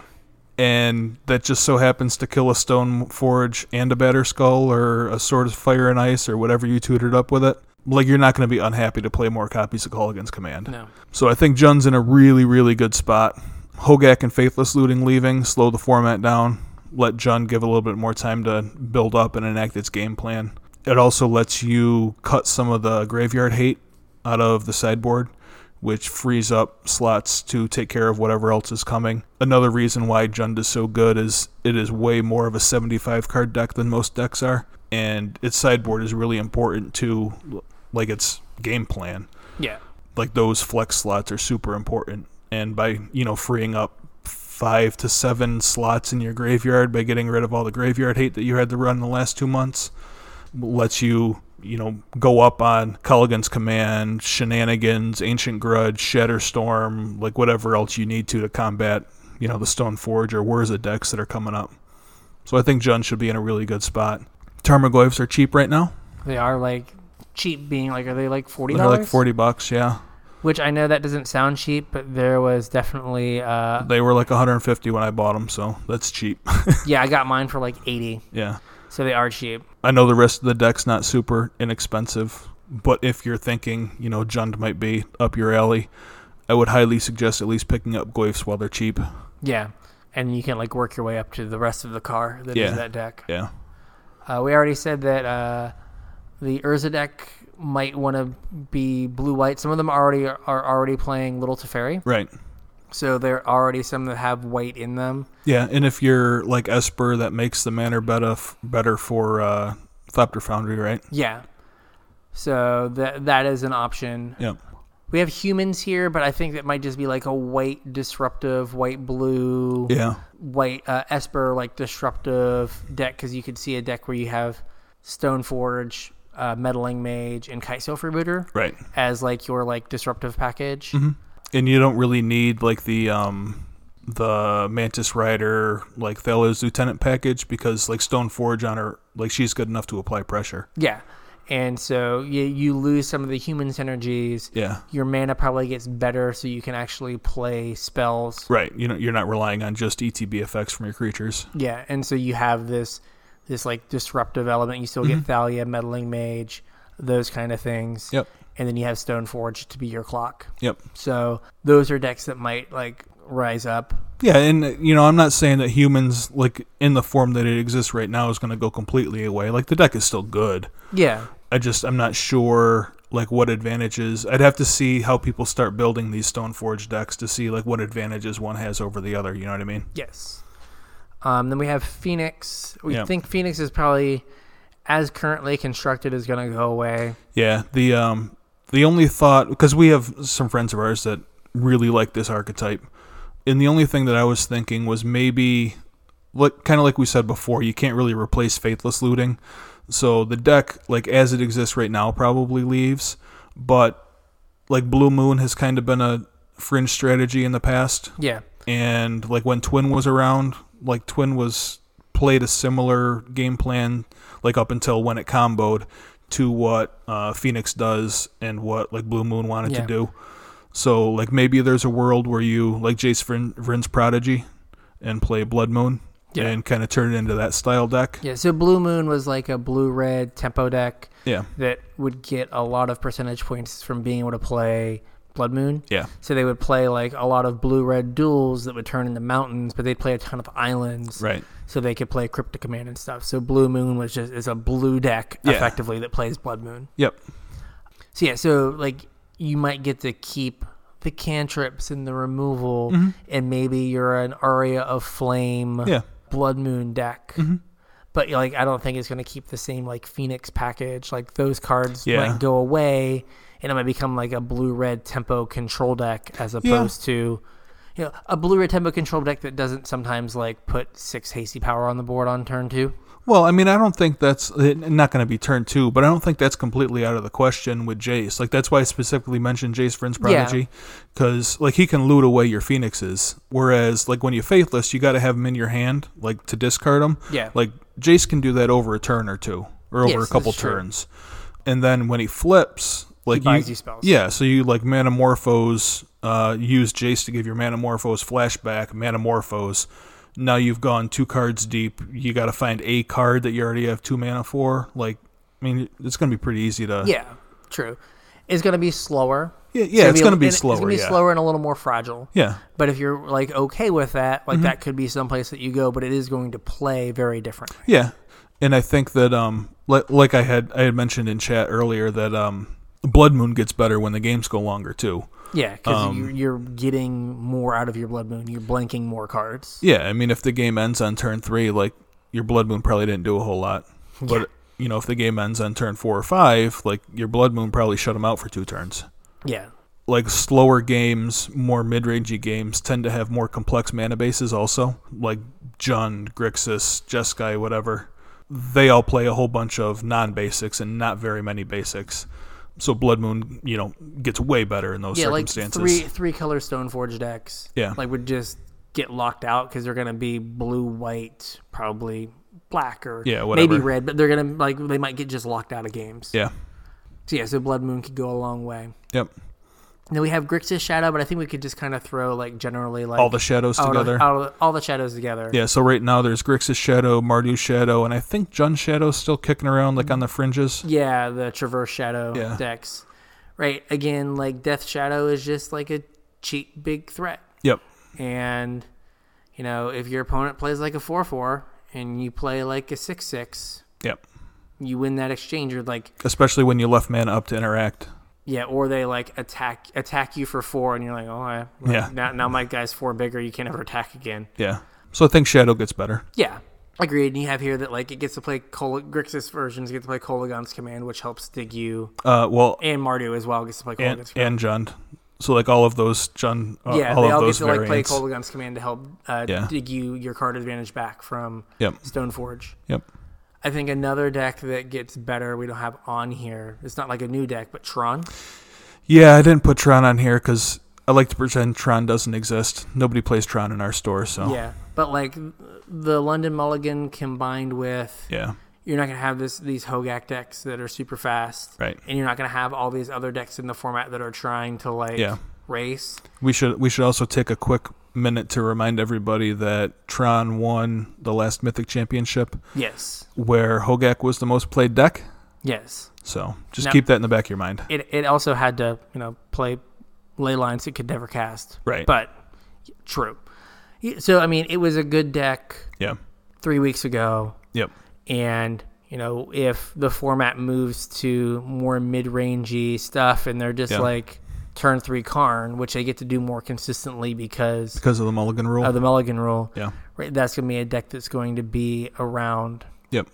[SPEAKER 2] and that just so happens to kill a stone forge and a batter skull or a sword of fire and ice or whatever you tutored up with it. Like you're not going to be unhappy to play more copies of Culligan's command.
[SPEAKER 1] No.
[SPEAKER 2] So I think Jun's in a really, really good spot. Hogak and Faithless Looting leaving, slow the format down, let Jun give a little bit more time to build up and enact its game plan. It also lets you cut some of the graveyard hate out of the sideboard, which frees up slots to take care of whatever else is coming. Another reason why Jund is so good is it is way more of a 75 card deck than most decks are, and its sideboard is really important to like its game plan
[SPEAKER 1] Yeah.
[SPEAKER 2] like those flex slots are super important and by you know freeing up five to seven slots in your graveyard by getting rid of all the graveyard hate that you had to run in the last two months lets you you know go up on Culligan's command shenanigans ancient grudge shatterstorm like whatever else you need to to combat you know the stone forge or Wurza decks that are coming up so i think jun should be in a really good spot tarmogoyfs are cheap right now
[SPEAKER 1] They are like cheap being like are they like forty
[SPEAKER 2] they're
[SPEAKER 1] dollars?
[SPEAKER 2] like 40 bucks yeah
[SPEAKER 1] Which I know that doesn't sound cheap, but there was definitely uh
[SPEAKER 2] They were like 150 when I bought them, so that's cheap.
[SPEAKER 1] yeah, I got mine for like eighty.
[SPEAKER 2] yeah.
[SPEAKER 1] So they are cheap.
[SPEAKER 2] I know the rest of the deck's not super inexpensive, but if you're thinking, you know, Jund might be up your alley, I would highly suggest at least picking up Goyfs while they're cheap.
[SPEAKER 1] Yeah. And you can like work your way up to the rest of the car that is
[SPEAKER 2] Yeah.
[SPEAKER 1] that deck.
[SPEAKER 2] Yeah.
[SPEAKER 1] Uh, we already said that uh, the Urza deck might want to be blue white. Some of them already are already playing Little Teferi,
[SPEAKER 2] Right.
[SPEAKER 1] so there are already some that have white in them.
[SPEAKER 2] Yeah, and if you're like Esper, that makes the mana better, f- better for uh, Thopter Foundry, right?
[SPEAKER 1] Yeah. So that that is an option.
[SPEAKER 2] Yeah.
[SPEAKER 1] We have humans here, but I think that might just be like a white disruptive, white blue,
[SPEAKER 2] Yeah.
[SPEAKER 1] white uh, Esper like disruptive deck because you could see a deck where you have Stoneforge, uh, Meddling Mage, and Kite Self Rebooter
[SPEAKER 2] Right. Mm-hmm.
[SPEAKER 1] as like your like disruptive package.
[SPEAKER 2] And you don't really need like the um the Mantis Rider like Thala's lieutenant package because like Stone Forge on her like she's good enough to apply pressure.
[SPEAKER 1] Yeah. And so you, you lose some of the human synergies.
[SPEAKER 2] Yeah.
[SPEAKER 1] Your mana probably gets better so you can actually play spells.
[SPEAKER 2] Right. You know you're not relying on just ETB effects from your creatures.
[SPEAKER 1] Yeah. And so you have this this like disruptive element. You still get Thalia, Meddling Mage, those kind of things.
[SPEAKER 2] Mm-hmm. Yep.
[SPEAKER 1] And then you have Stoneforge to be your clock.
[SPEAKER 2] Yep.
[SPEAKER 1] So those are decks that might like rise up.
[SPEAKER 2] Yeah, and you know, I'm not saying that humans like in the form that it exists right now is going to go completely away. Like the deck is still good.
[SPEAKER 1] Yeah.
[SPEAKER 2] I just I'm not sure like what advantages. I'd have to see how people start building these Stoneforge decks to see like what advantages one has over the other, you know what I mean?
[SPEAKER 1] Yes. Um, then we have Phoenix. We
[SPEAKER 2] Yeah.
[SPEAKER 1] think Phoenix is probably as currently constructed is going to go away.
[SPEAKER 2] Yeah, the um the only thought because we have some friends of ours that really like this archetype. And the only thing that I was thinking was maybe like kind of like we said before, you can't really replace faithless looting. So the deck like as it exists right now probably leaves, but like Blue Moon has kind of been a fringe strategy in the past
[SPEAKER 1] Yeah.
[SPEAKER 2] and like when Twin was around, like Twin was played a similar game plan, like up until when it comboed to what uh, Phoenix does and what like Blue Moon wanted
[SPEAKER 1] Yeah.
[SPEAKER 2] to do. So like maybe there's a world where you like Jace Vrin- Vrin's Prodigy and play Blood Moon
[SPEAKER 1] Yeah.
[SPEAKER 2] and kind of turn it into that style deck.
[SPEAKER 1] Yeah, so Blue Moon was like a blue red tempo deck
[SPEAKER 2] Yeah.
[SPEAKER 1] that would get a lot of percentage points from being able to play Blood Moon.
[SPEAKER 2] Yeah.
[SPEAKER 1] So they would play like a lot of blue red duels that would turn into mountains, but they'd play a ton of islands.
[SPEAKER 2] Right.
[SPEAKER 1] So they could play Cryptic Command and stuff. So Blue Moon was just is a blue deck
[SPEAKER 2] Yeah.
[SPEAKER 1] effectively that plays Blood Moon.
[SPEAKER 2] Yep.
[SPEAKER 1] So yeah, so like you might get to keep the cantrips and the removal and maybe you're an Aria of Flame.
[SPEAKER 2] Mm-hmm. Yeah.
[SPEAKER 1] Blood Moon deck.
[SPEAKER 2] Mm-hmm.
[SPEAKER 1] But like I don't think it's going to keep the same like Phoenix package. Like those cards
[SPEAKER 2] Yeah.
[SPEAKER 1] might go away and it might become like a blue red tempo control deck as
[SPEAKER 2] Yeah.
[SPEAKER 1] opposed to you know, a blue red tempo control deck that doesn't sometimes like put six hasty power on the board on turn 2.
[SPEAKER 2] Well, I mean, I don't think that's it- not going to be turn two, but I don't think that's completely out of the question with Jace. Like that's why I specifically mentioned Jace Friend's
[SPEAKER 1] Yeah.
[SPEAKER 2] Prodigy, because like he can loot away your phoenixes, whereas like when you faithless, you got to have them in your hand, like to discard them.
[SPEAKER 1] Yeah.
[SPEAKER 2] Like Jace can do that over a turn or two, or over
[SPEAKER 1] Yes,
[SPEAKER 2] a couple
[SPEAKER 1] that's true.
[SPEAKER 2] turns. and then when he flips, like
[SPEAKER 1] buys you spells.
[SPEAKER 2] Yeah, so you like metamorphose, uh, use Jace to give your metamorphose flashback, metamorphose. Now you've gone two cards deep. You got to find a card that you already have two mana for. Like, I mean, it's going to be pretty easy to.
[SPEAKER 1] Yeah, true. It's going to be slower.
[SPEAKER 2] yeah, yeah, it's going to be
[SPEAKER 1] and
[SPEAKER 2] slower.
[SPEAKER 1] It's going to be
[SPEAKER 2] yeah.
[SPEAKER 1] slower and a little more fragile.
[SPEAKER 2] Yeah, Mm-hmm.
[SPEAKER 1] But if you're like okay with that, like that could be someplace that you go, but it is going to play very different.
[SPEAKER 2] Yeah, and I think that um, like, like I had I had mentioned in chat earlier that um, Blood Moon gets better when the games go longer too.
[SPEAKER 1] Yeah, because
[SPEAKER 2] Um,
[SPEAKER 1] you're, you're getting more out of your Blood Moon. You're blanking more cards.
[SPEAKER 2] Yeah, I mean if the game ends on turn three, like your Blood Moon probably didn't do a whole lot, but you know if the game ends on turn four or five, like your Blood Moon probably shut them out for two turns.
[SPEAKER 1] Yeah,
[SPEAKER 2] Like slower games, more mid-rangey games tend to have more complex mana bases. Also, like Jund, Grixis, Jeskai, whatever, they all play a whole bunch of non-basics and not very many basics. So Blood Moon, you know, gets way better in those
[SPEAKER 1] yeah, like
[SPEAKER 2] circumstances.
[SPEAKER 1] three three color Stoneforge decks.
[SPEAKER 2] Yeah.
[SPEAKER 1] like would just get locked out because they're gonna be blue, white, probably black or
[SPEAKER 2] Yeah,
[SPEAKER 1] maybe
[SPEAKER 2] whatever.
[SPEAKER 1] red, but they're gonna like they might get just locked out of games.
[SPEAKER 2] yeah.
[SPEAKER 1] So yeah, so Blood Moon could go a long way.
[SPEAKER 2] Yep.
[SPEAKER 1] And then we have Grixis Shadow, but I think we could just kind of throw like generally like
[SPEAKER 2] All the shadows
[SPEAKER 1] out of-
[SPEAKER 2] together.
[SPEAKER 1] out of- all the shadows together.
[SPEAKER 2] Yeah, so right now there's Grixis Shadow, Mardu Shadow, and I think Jun Shadow's still kicking around like on the fringes.
[SPEAKER 1] Yeah, the Traverse Shadow
[SPEAKER 2] Yeah.
[SPEAKER 1] decks. Right. Again, like Death Shadow is just like a cheap big threat.
[SPEAKER 2] Yep.
[SPEAKER 1] And, you know, if your opponent plays like a 4 4 and you play like a 6 6,
[SPEAKER 2] Yep.
[SPEAKER 1] you win that exchange. Or like,
[SPEAKER 2] Especially when you left mana up to interact.
[SPEAKER 1] yeah, or they like attack attack you for 4 and you're like, oh, I,
[SPEAKER 2] Yeah.
[SPEAKER 1] now, now my guy's 4 bigger. You can't ever attack again.
[SPEAKER 2] Yeah. So I think Shadow gets better.
[SPEAKER 1] Yeah. Agreed. And you have here that like it gets to play Col- Grixis versions get to play Kolagon's Command, which helps dig you,
[SPEAKER 2] Uh, well,
[SPEAKER 1] and Mardu as well gets to play Kolagon's
[SPEAKER 2] and,
[SPEAKER 1] Command.
[SPEAKER 2] and Jund. So like all of those Jund, uh,
[SPEAKER 1] yeah,
[SPEAKER 2] all
[SPEAKER 1] they
[SPEAKER 2] of
[SPEAKER 1] all get
[SPEAKER 2] those
[SPEAKER 1] to like play
[SPEAKER 2] variants.
[SPEAKER 1] Cold Guns Command to help uh,
[SPEAKER 2] Yeah.
[SPEAKER 1] dig you your card advantage back from
[SPEAKER 2] yep.
[SPEAKER 1] Stoneforge.
[SPEAKER 2] Yep.
[SPEAKER 1] I think another deck that gets better we don't have on here. It's not like a new deck, but Tron.
[SPEAKER 2] Yeah, I didn't put Tron on here because I like to pretend Tron doesn't exist. Nobody plays Tron in our store, so
[SPEAKER 1] Yeah, but like the London Mulligan combined with
[SPEAKER 2] yeah,
[SPEAKER 1] you're not gonna have this these Hogak decks that are super fast,
[SPEAKER 2] right.
[SPEAKER 1] and you're not gonna have all these other decks in the format that are trying to like
[SPEAKER 2] Yeah.
[SPEAKER 1] race.
[SPEAKER 2] We should we should also take a quick minute to remind everybody that Tron won the last Mythic Championship,
[SPEAKER 1] Yes,
[SPEAKER 2] where Hogak was the most played deck.
[SPEAKER 1] yes.
[SPEAKER 2] So just
[SPEAKER 1] Now-
[SPEAKER 2] keep that in the back of your mind.
[SPEAKER 1] It it also had to you know play ley lines it could never cast.
[SPEAKER 2] Right.
[SPEAKER 1] but true. Y- So I mean, it was a good deck
[SPEAKER 2] yeah.
[SPEAKER 1] three weeks ago,
[SPEAKER 2] Yep.
[SPEAKER 1] and you know if the format moves to more mid-rangey stuff, and they're just
[SPEAKER 2] Yeah.
[SPEAKER 1] like turn three Karn, which they get to do more consistently because
[SPEAKER 2] Because of the Mulligan rule.
[SPEAKER 1] of the Mulligan rule,
[SPEAKER 2] yeah.
[SPEAKER 1] right? That's gonna be a deck that's going to be around.
[SPEAKER 2] Yep.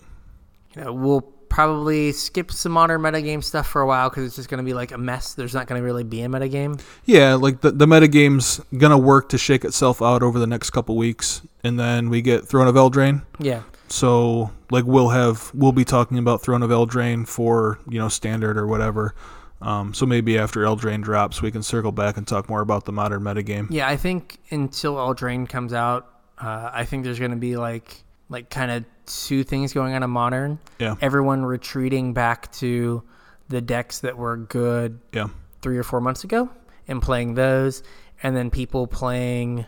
[SPEAKER 1] You know, we'll probably skip some modern metagame stuff for a while because it's just gonna be like a mess. There's not gonna really be a metagame.
[SPEAKER 2] Yeah, like the the metagame's gonna work to shake itself out over the next couple weeks, and then we get Throne of Eldraine.
[SPEAKER 1] Yeah.
[SPEAKER 2] So like we'll have we'll be talking about Throne of Eldraine for you know standard or whatever. Um, so maybe after Eldraine drops, we can circle back and talk more about the modern metagame.
[SPEAKER 1] Yeah, I think until Eldraine comes out, uh, I think there's going to be like like kind of two things going on in modern.
[SPEAKER 2] Yeah,
[SPEAKER 1] Everyone retreating back to the decks that were good
[SPEAKER 2] yeah,
[SPEAKER 1] three or four months ago and playing those, and then people playing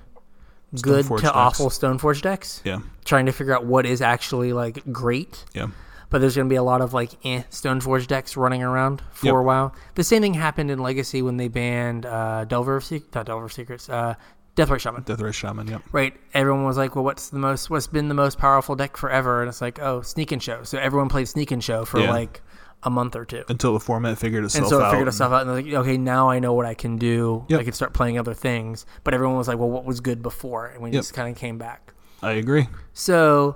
[SPEAKER 1] good
[SPEAKER 2] Stoneforge
[SPEAKER 1] to
[SPEAKER 2] decks.
[SPEAKER 1] awful Stoneforge decks,
[SPEAKER 2] yeah,
[SPEAKER 1] trying to figure out what is actually like great.
[SPEAKER 2] yeah,
[SPEAKER 1] But there's going to be a lot of like eh, Stoneforge decks running around for
[SPEAKER 2] Yep.
[SPEAKER 1] a while. The same thing happened in Legacy when they banned uh, Delver of Secrets, not Delver of Secrets, uh, Deathrite Shaman.
[SPEAKER 2] Deathrite Shaman. Yep.
[SPEAKER 1] Right. Everyone was like, "Well, what's the most? What's been the most powerful deck forever?" And it's like, "Oh, Sneak and Show." So everyone played Sneak and Show for
[SPEAKER 2] Yeah.
[SPEAKER 1] like a month or two,
[SPEAKER 2] Until the format figured itself
[SPEAKER 1] and so
[SPEAKER 2] out.
[SPEAKER 1] it figured itself out. And they're like, "Okay, now I know what I can do.
[SPEAKER 2] Yep.
[SPEAKER 1] I can start playing other things." But everyone was like, "Well, what was good before?" And we
[SPEAKER 2] Yep.
[SPEAKER 1] just kind of came back.
[SPEAKER 2] I agree.
[SPEAKER 1] So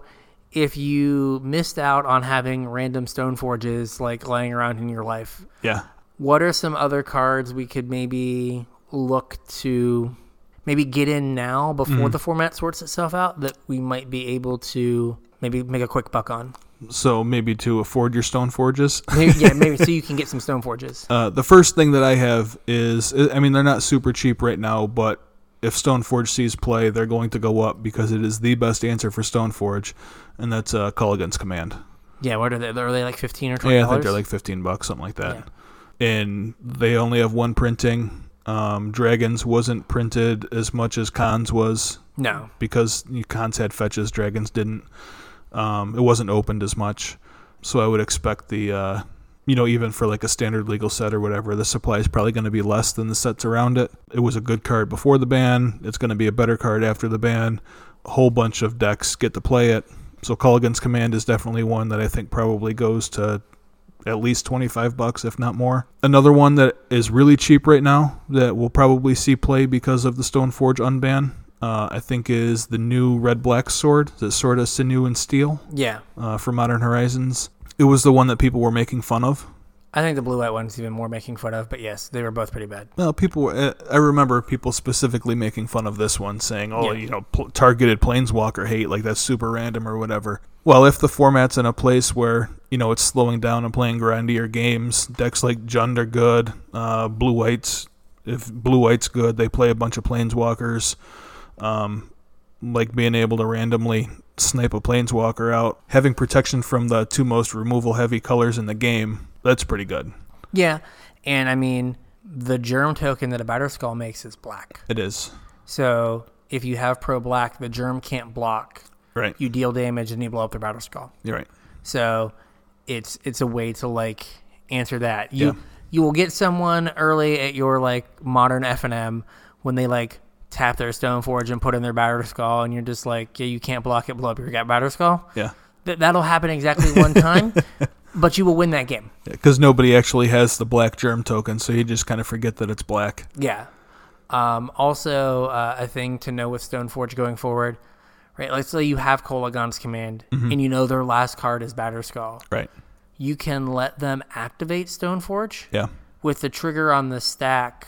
[SPEAKER 1] if you missed out on having random stone forges like lying around in your life,
[SPEAKER 2] Yeah,
[SPEAKER 1] what are some other cards we could maybe look to maybe get in now
[SPEAKER 2] Mm-hmm.
[SPEAKER 1] before the format sorts itself out that we might be able to maybe make a quick buck on
[SPEAKER 2] so maybe to afford your stone forges.
[SPEAKER 1] maybe, yeah maybe so you can get some stone forges
[SPEAKER 2] Uh, the first thing that I have is, I mean, they're not super cheap right now, but if Stoneforge sees play, they're going to go up because it is the best answer for Stoneforge, and that's uh, Culligan's Command.
[SPEAKER 1] Yeah, what are they? Are they like fifteen or twenty?
[SPEAKER 2] Yeah, I think they're like fifteen bucks, something like that. And they only have one printing. Um, Dragons wasn't printed as much as Cons was
[SPEAKER 1] no.
[SPEAKER 2] because you know, Cons had fetches, Dragons didn't. Um, it wasn't opened as much, so I would expect the, uh, you know, even for like a standard legal set or whatever, the supply is probably going to be less than the sets around it. It was a good card before the ban. It's going to be a better card after the ban. A whole bunch of decks get to play it. So Culligan's Command is definitely one that I think probably goes to at least 25 bucks if not more. Another one that is really cheap right now that we'll probably see play because of the Stoneforge unban, uh, I think is the new red black sword, the sword of sinew and steel
[SPEAKER 1] Yeah,
[SPEAKER 2] uh, for Modern Horizons. It was the one that people were making fun of.
[SPEAKER 1] I think the blue white one's even more making fun of. But yes, they were both pretty bad.
[SPEAKER 2] Well, people were, uh, I remember people specifically making fun of this one, saying, "Oh,
[SPEAKER 1] Yeah.
[SPEAKER 2] you know, pl- targeted planeswalker hate, like that's super random or whatever." Well, if the format's in a place where you know it's slowing down and playing grindier games, decks like Jund are good. Uh, blue whites, if blue whites good, they play a bunch of planeswalkers. Um, like being able to randomly snipe a planeswalker out, having protection from the two most removal heavy colors in the game, that's pretty good.
[SPEAKER 1] Yeah, and I mean the germ token that a batter skull makes is black.
[SPEAKER 2] It is
[SPEAKER 1] So if you have pro black, the germ can't block.
[SPEAKER 2] right.
[SPEAKER 1] You deal damage and you blow up their batter skull.
[SPEAKER 2] You're right.
[SPEAKER 1] So it's it's a way to like answer that. You
[SPEAKER 2] Yeah.
[SPEAKER 1] you will get someone early at your like modern F and M when they like tap their stone forge and put in their batter skull and you're just like, Yeah, you can't block it, blow up your got batter skull.
[SPEAKER 2] Yeah.
[SPEAKER 1] That that'll happen exactly one time. But you will win that game.
[SPEAKER 2] Because nobody actually has the black germ token, so you just kind of forget that it's black.
[SPEAKER 1] Yeah. Um, also, uh, a thing to know with Stoneforge going forward, right? Let's say you have Kolagon's command
[SPEAKER 2] Mm-hmm.
[SPEAKER 1] and you know their last card is Batterskull.
[SPEAKER 2] Right.
[SPEAKER 1] You can let them activate Stoneforge
[SPEAKER 2] Yeah.
[SPEAKER 1] with the trigger on the stack,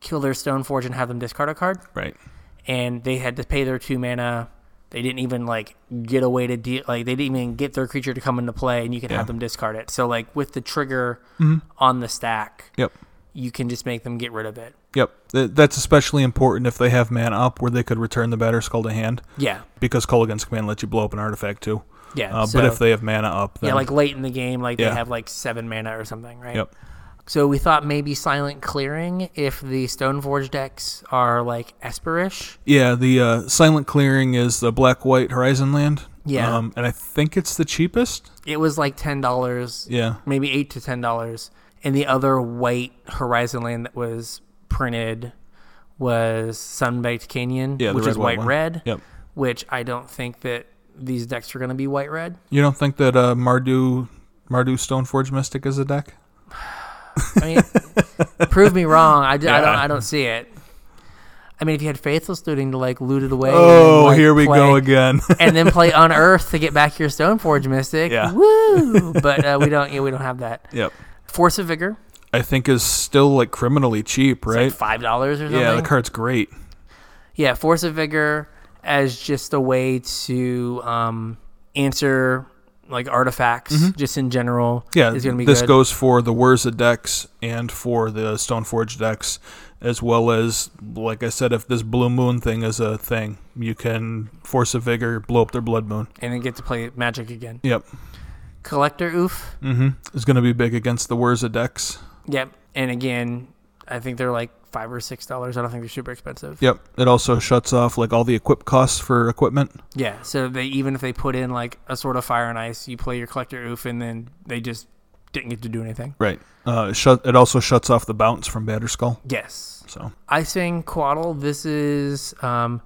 [SPEAKER 1] kill their Stoneforge and have them discard a card.
[SPEAKER 2] Right.
[SPEAKER 1] And they had to pay their two mana. They didn't even like get away to deal. Like they didn't even get their creature to come into play, and you can
[SPEAKER 2] Yeah. Mm-hmm.
[SPEAKER 1] have them discard it. So like with the trigger on the stack,
[SPEAKER 2] Yep.
[SPEAKER 1] you can just make them get rid of it.
[SPEAKER 2] Yep. Th- that's especially important if they have man up where they could return the batter skull to hand
[SPEAKER 1] Yeah,
[SPEAKER 2] because Culligan's command lets you blow up an artifact too.
[SPEAKER 1] yeah.
[SPEAKER 2] Uh,
[SPEAKER 1] so-
[SPEAKER 2] but if they have mana up, then
[SPEAKER 1] Yeah, like late in the game, like
[SPEAKER 2] Yeah.
[SPEAKER 1] they have like seven mana or something, right?
[SPEAKER 2] Yep.
[SPEAKER 1] So we thought maybe silent clearing if the Stoneforge decks are like Esperish.
[SPEAKER 2] yeah, the uh, silent clearing is the black white horizon land.
[SPEAKER 1] Yeah.
[SPEAKER 2] Um, and I think it's the cheapest.
[SPEAKER 1] It was like ten dollars,
[SPEAKER 2] Yeah.
[SPEAKER 1] maybe eight to ten dollars. And the other white Horizon land that was printed was Sunbaked Canyon,
[SPEAKER 2] Yeah. the
[SPEAKER 1] which is
[SPEAKER 2] red-white
[SPEAKER 1] white
[SPEAKER 2] one.
[SPEAKER 1] red,
[SPEAKER 2] Yep.
[SPEAKER 1] which I don't think that these decks are going to be white red.
[SPEAKER 2] You don't think that uh, Mardu Mardu Stoneforge Mystic is a deck?
[SPEAKER 1] I mean, prove me wrong. I, d- I don't.
[SPEAKER 2] Yeah.
[SPEAKER 1] I don't see it. I mean, if you had Faithless looting to like loot it away. and
[SPEAKER 2] Oh,
[SPEAKER 1] then, like,
[SPEAKER 2] here we
[SPEAKER 1] play-
[SPEAKER 2] go again.
[SPEAKER 1] and then play Unearth to get back your Stoneforge Mystic.
[SPEAKER 2] Yeah.
[SPEAKER 1] Woo! But uh, we don't. Yeah, we don't have that.
[SPEAKER 2] yep.
[SPEAKER 1] Force of Vigor,
[SPEAKER 2] I think is still like criminally cheap,
[SPEAKER 1] it's
[SPEAKER 2] right?
[SPEAKER 1] like five dollars or something.
[SPEAKER 2] yeah, the card's great.
[SPEAKER 1] Yeah, Force of Vigor as just a way to um, answer like artifacts just in general.
[SPEAKER 2] Mm-hmm. Yeah,
[SPEAKER 1] is going to be
[SPEAKER 2] this
[SPEAKER 1] good.
[SPEAKER 2] goes for the Wurza decks and for the Stoneforge decks, as well as like I said, if this Blue Moon thing is a thing, you can force a vigor, blow up their Blood Moon.
[SPEAKER 1] and then get to play Magic again.
[SPEAKER 2] Yep,
[SPEAKER 1] Collector Oof.
[SPEAKER 2] mm-hmm. it's going to be big against the Wurza decks.
[SPEAKER 1] Yep. And again, I think they're like five or six dollars. I don't think they're super expensive.
[SPEAKER 2] Yep, it also shuts off like all the equip costs for equipment.
[SPEAKER 1] Yeah. So they even if they put in like a sort of fire and ice, you play your collector oof, and then they just didn't get to do anything.
[SPEAKER 2] Right. Uh, it shut. It also shuts off the bounce from Batterskull.
[SPEAKER 1] Yes.
[SPEAKER 2] So
[SPEAKER 1] I sing Quaddle. This is um,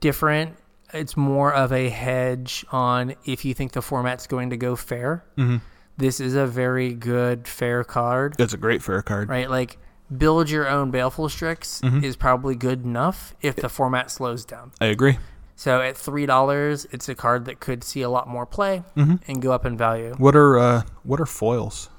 [SPEAKER 1] different. It's more of a hedge on if you think the format's going to go fair.
[SPEAKER 2] Mhm.
[SPEAKER 1] This is a very good fair card,
[SPEAKER 2] it's a great fair card.
[SPEAKER 1] right? Like build your own baleful strix is probably good enough if the format slows down.
[SPEAKER 2] I agree.
[SPEAKER 1] So at three dollars, it's a card that could see a lot more play and go up in value.
[SPEAKER 2] What are uh, what are foils?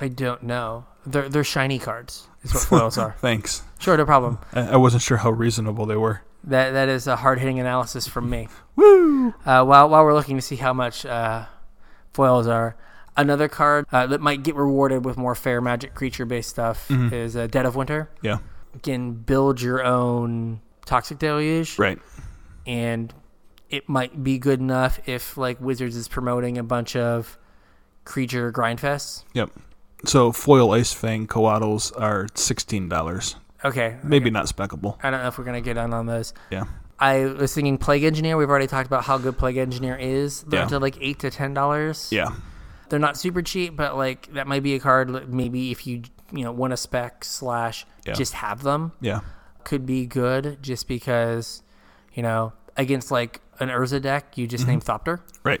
[SPEAKER 1] I don't know. They're they're shiny cards. Is what foils are.
[SPEAKER 2] Thanks.
[SPEAKER 1] Sure, no problem.
[SPEAKER 2] I I wasn't sure how reasonable they were.
[SPEAKER 1] That that is a hard hitting analysis from me. Woo! Uh, while while we're looking to see how much uh, foils are, another card uh, that might get rewarded with more fair magic creature based stuff is uh, Dead of Winter.
[SPEAKER 2] Yeah.
[SPEAKER 1] You can build your own Toxic Deluge.
[SPEAKER 2] Right.
[SPEAKER 1] and it might be good enough if like Wizards is promoting a bunch of creature grindfests.
[SPEAKER 2] Yep. So foil ice fang coattles are sixteen dollars.
[SPEAKER 1] Okay,
[SPEAKER 2] Maybe not speckable.
[SPEAKER 1] I don't know if we're gonna get in on those.
[SPEAKER 2] Yeah.
[SPEAKER 1] I was thinking Plague Engineer. We've already talked about how good Plague Engineer is. They're
[SPEAKER 2] Yeah.
[SPEAKER 1] up to like eight to ten dollars.
[SPEAKER 2] Yeah.
[SPEAKER 1] they're not super cheap, but like that might be a card. like, Maybe if you you know want a spec slash
[SPEAKER 2] Yeah.
[SPEAKER 1] just have them
[SPEAKER 2] Yeah.
[SPEAKER 1] could be good. Just because you know against like an Urza deck, you
[SPEAKER 2] Mm-hmm.
[SPEAKER 1] just name Thopter
[SPEAKER 2] Right.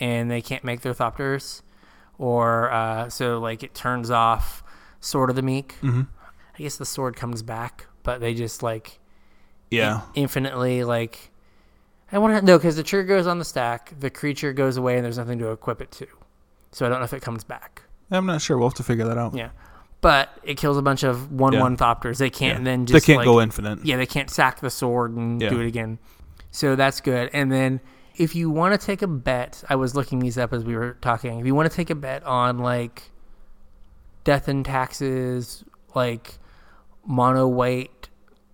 [SPEAKER 1] and they can't make their Thopters, or uh, so like it turns off Sword of the Meek.
[SPEAKER 2] Mm-hmm.
[SPEAKER 1] I guess the sword comes back, but they just like
[SPEAKER 2] Yeah.
[SPEAKER 1] infinitely like. I want to no because the trigger goes on the stack, the creature goes away, and there's nothing to equip it to. So I don't know if it comes back.
[SPEAKER 2] I'm not sure. We'll have to figure that out.
[SPEAKER 1] Yeah. But it kills a bunch of one
[SPEAKER 2] Yeah.
[SPEAKER 1] one thopters. They can't
[SPEAKER 2] Yeah.
[SPEAKER 1] then just
[SPEAKER 2] they can't
[SPEAKER 1] like,
[SPEAKER 2] go infinite.
[SPEAKER 1] Yeah, they can't sack the sword and
[SPEAKER 2] Yeah.
[SPEAKER 1] do it again. So that's good. And then if you want to take a bet, I was looking these up as we were talking. If you want to take a bet on like death and taxes, like mono white,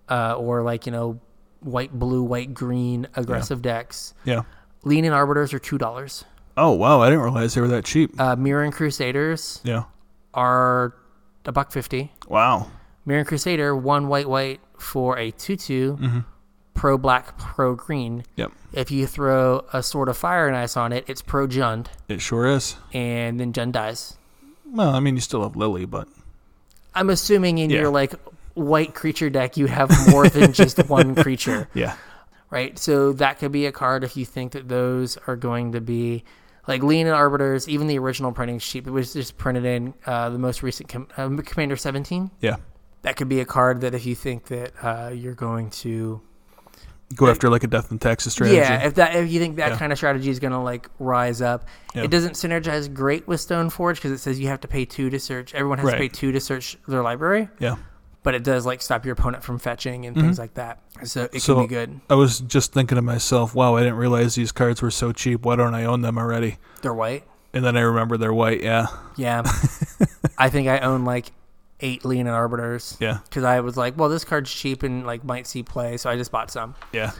[SPEAKER 1] uh, or like, you know, white blue, white green aggressive decks,
[SPEAKER 2] Yeah.
[SPEAKER 1] lean and arbiters are two dollars.
[SPEAKER 2] Oh wow! I didn't realize they were that cheap.
[SPEAKER 1] Uh, mirror and crusaders
[SPEAKER 2] yeah.
[SPEAKER 1] are a buck fifty.
[SPEAKER 2] Wow.
[SPEAKER 1] Mirror Crusader, one white white for a 2 2,
[SPEAKER 2] Mm-hmm.
[SPEAKER 1] pro black, pro green.
[SPEAKER 2] Yep.
[SPEAKER 1] If you throw a Sword of Fire and Ice on it, it's pro Jund,
[SPEAKER 2] It sure is.
[SPEAKER 1] and then Jund dies.
[SPEAKER 2] Well, I mean, you still have Lily, but
[SPEAKER 1] I'm assuming in
[SPEAKER 2] Yeah.
[SPEAKER 1] your like white creature deck, you have more than just one creature,
[SPEAKER 2] yeah,
[SPEAKER 1] right? So that could be a card if you think that those are going to be. Like Lean and Arbiters, even the original printing sheet, it was just printed in uh, the most recent com- uh, Commander 17.
[SPEAKER 2] yeah.
[SPEAKER 1] That could be a card that if you think that uh, you're going to
[SPEAKER 2] Go after like a death and taxes strategy.
[SPEAKER 1] Yeah, if that if you think that
[SPEAKER 2] Yeah.
[SPEAKER 1] kind of strategy is going to like rise up,
[SPEAKER 2] Yeah.
[SPEAKER 1] it doesn't synergize great with Stoneforge because it says you have to pay two to search. Everyone has to
[SPEAKER 2] Right.
[SPEAKER 1] pay two to search their library,
[SPEAKER 2] yeah.
[SPEAKER 1] but it does like stop your opponent from fetching and things like that. So it
[SPEAKER 2] Mm-hmm. So-
[SPEAKER 1] can be good.
[SPEAKER 2] I was just thinking to myself, wow, I didn't realize these cards were so cheap. Why don't I own them already?
[SPEAKER 1] They're white.
[SPEAKER 2] And then I remember they're white. Yeah,
[SPEAKER 1] Yeah, I think I own like eight Lean and Arbiters
[SPEAKER 2] yeah,
[SPEAKER 1] because I was like, well, this card's cheap and like might see play, so I just bought some.
[SPEAKER 2] yeah.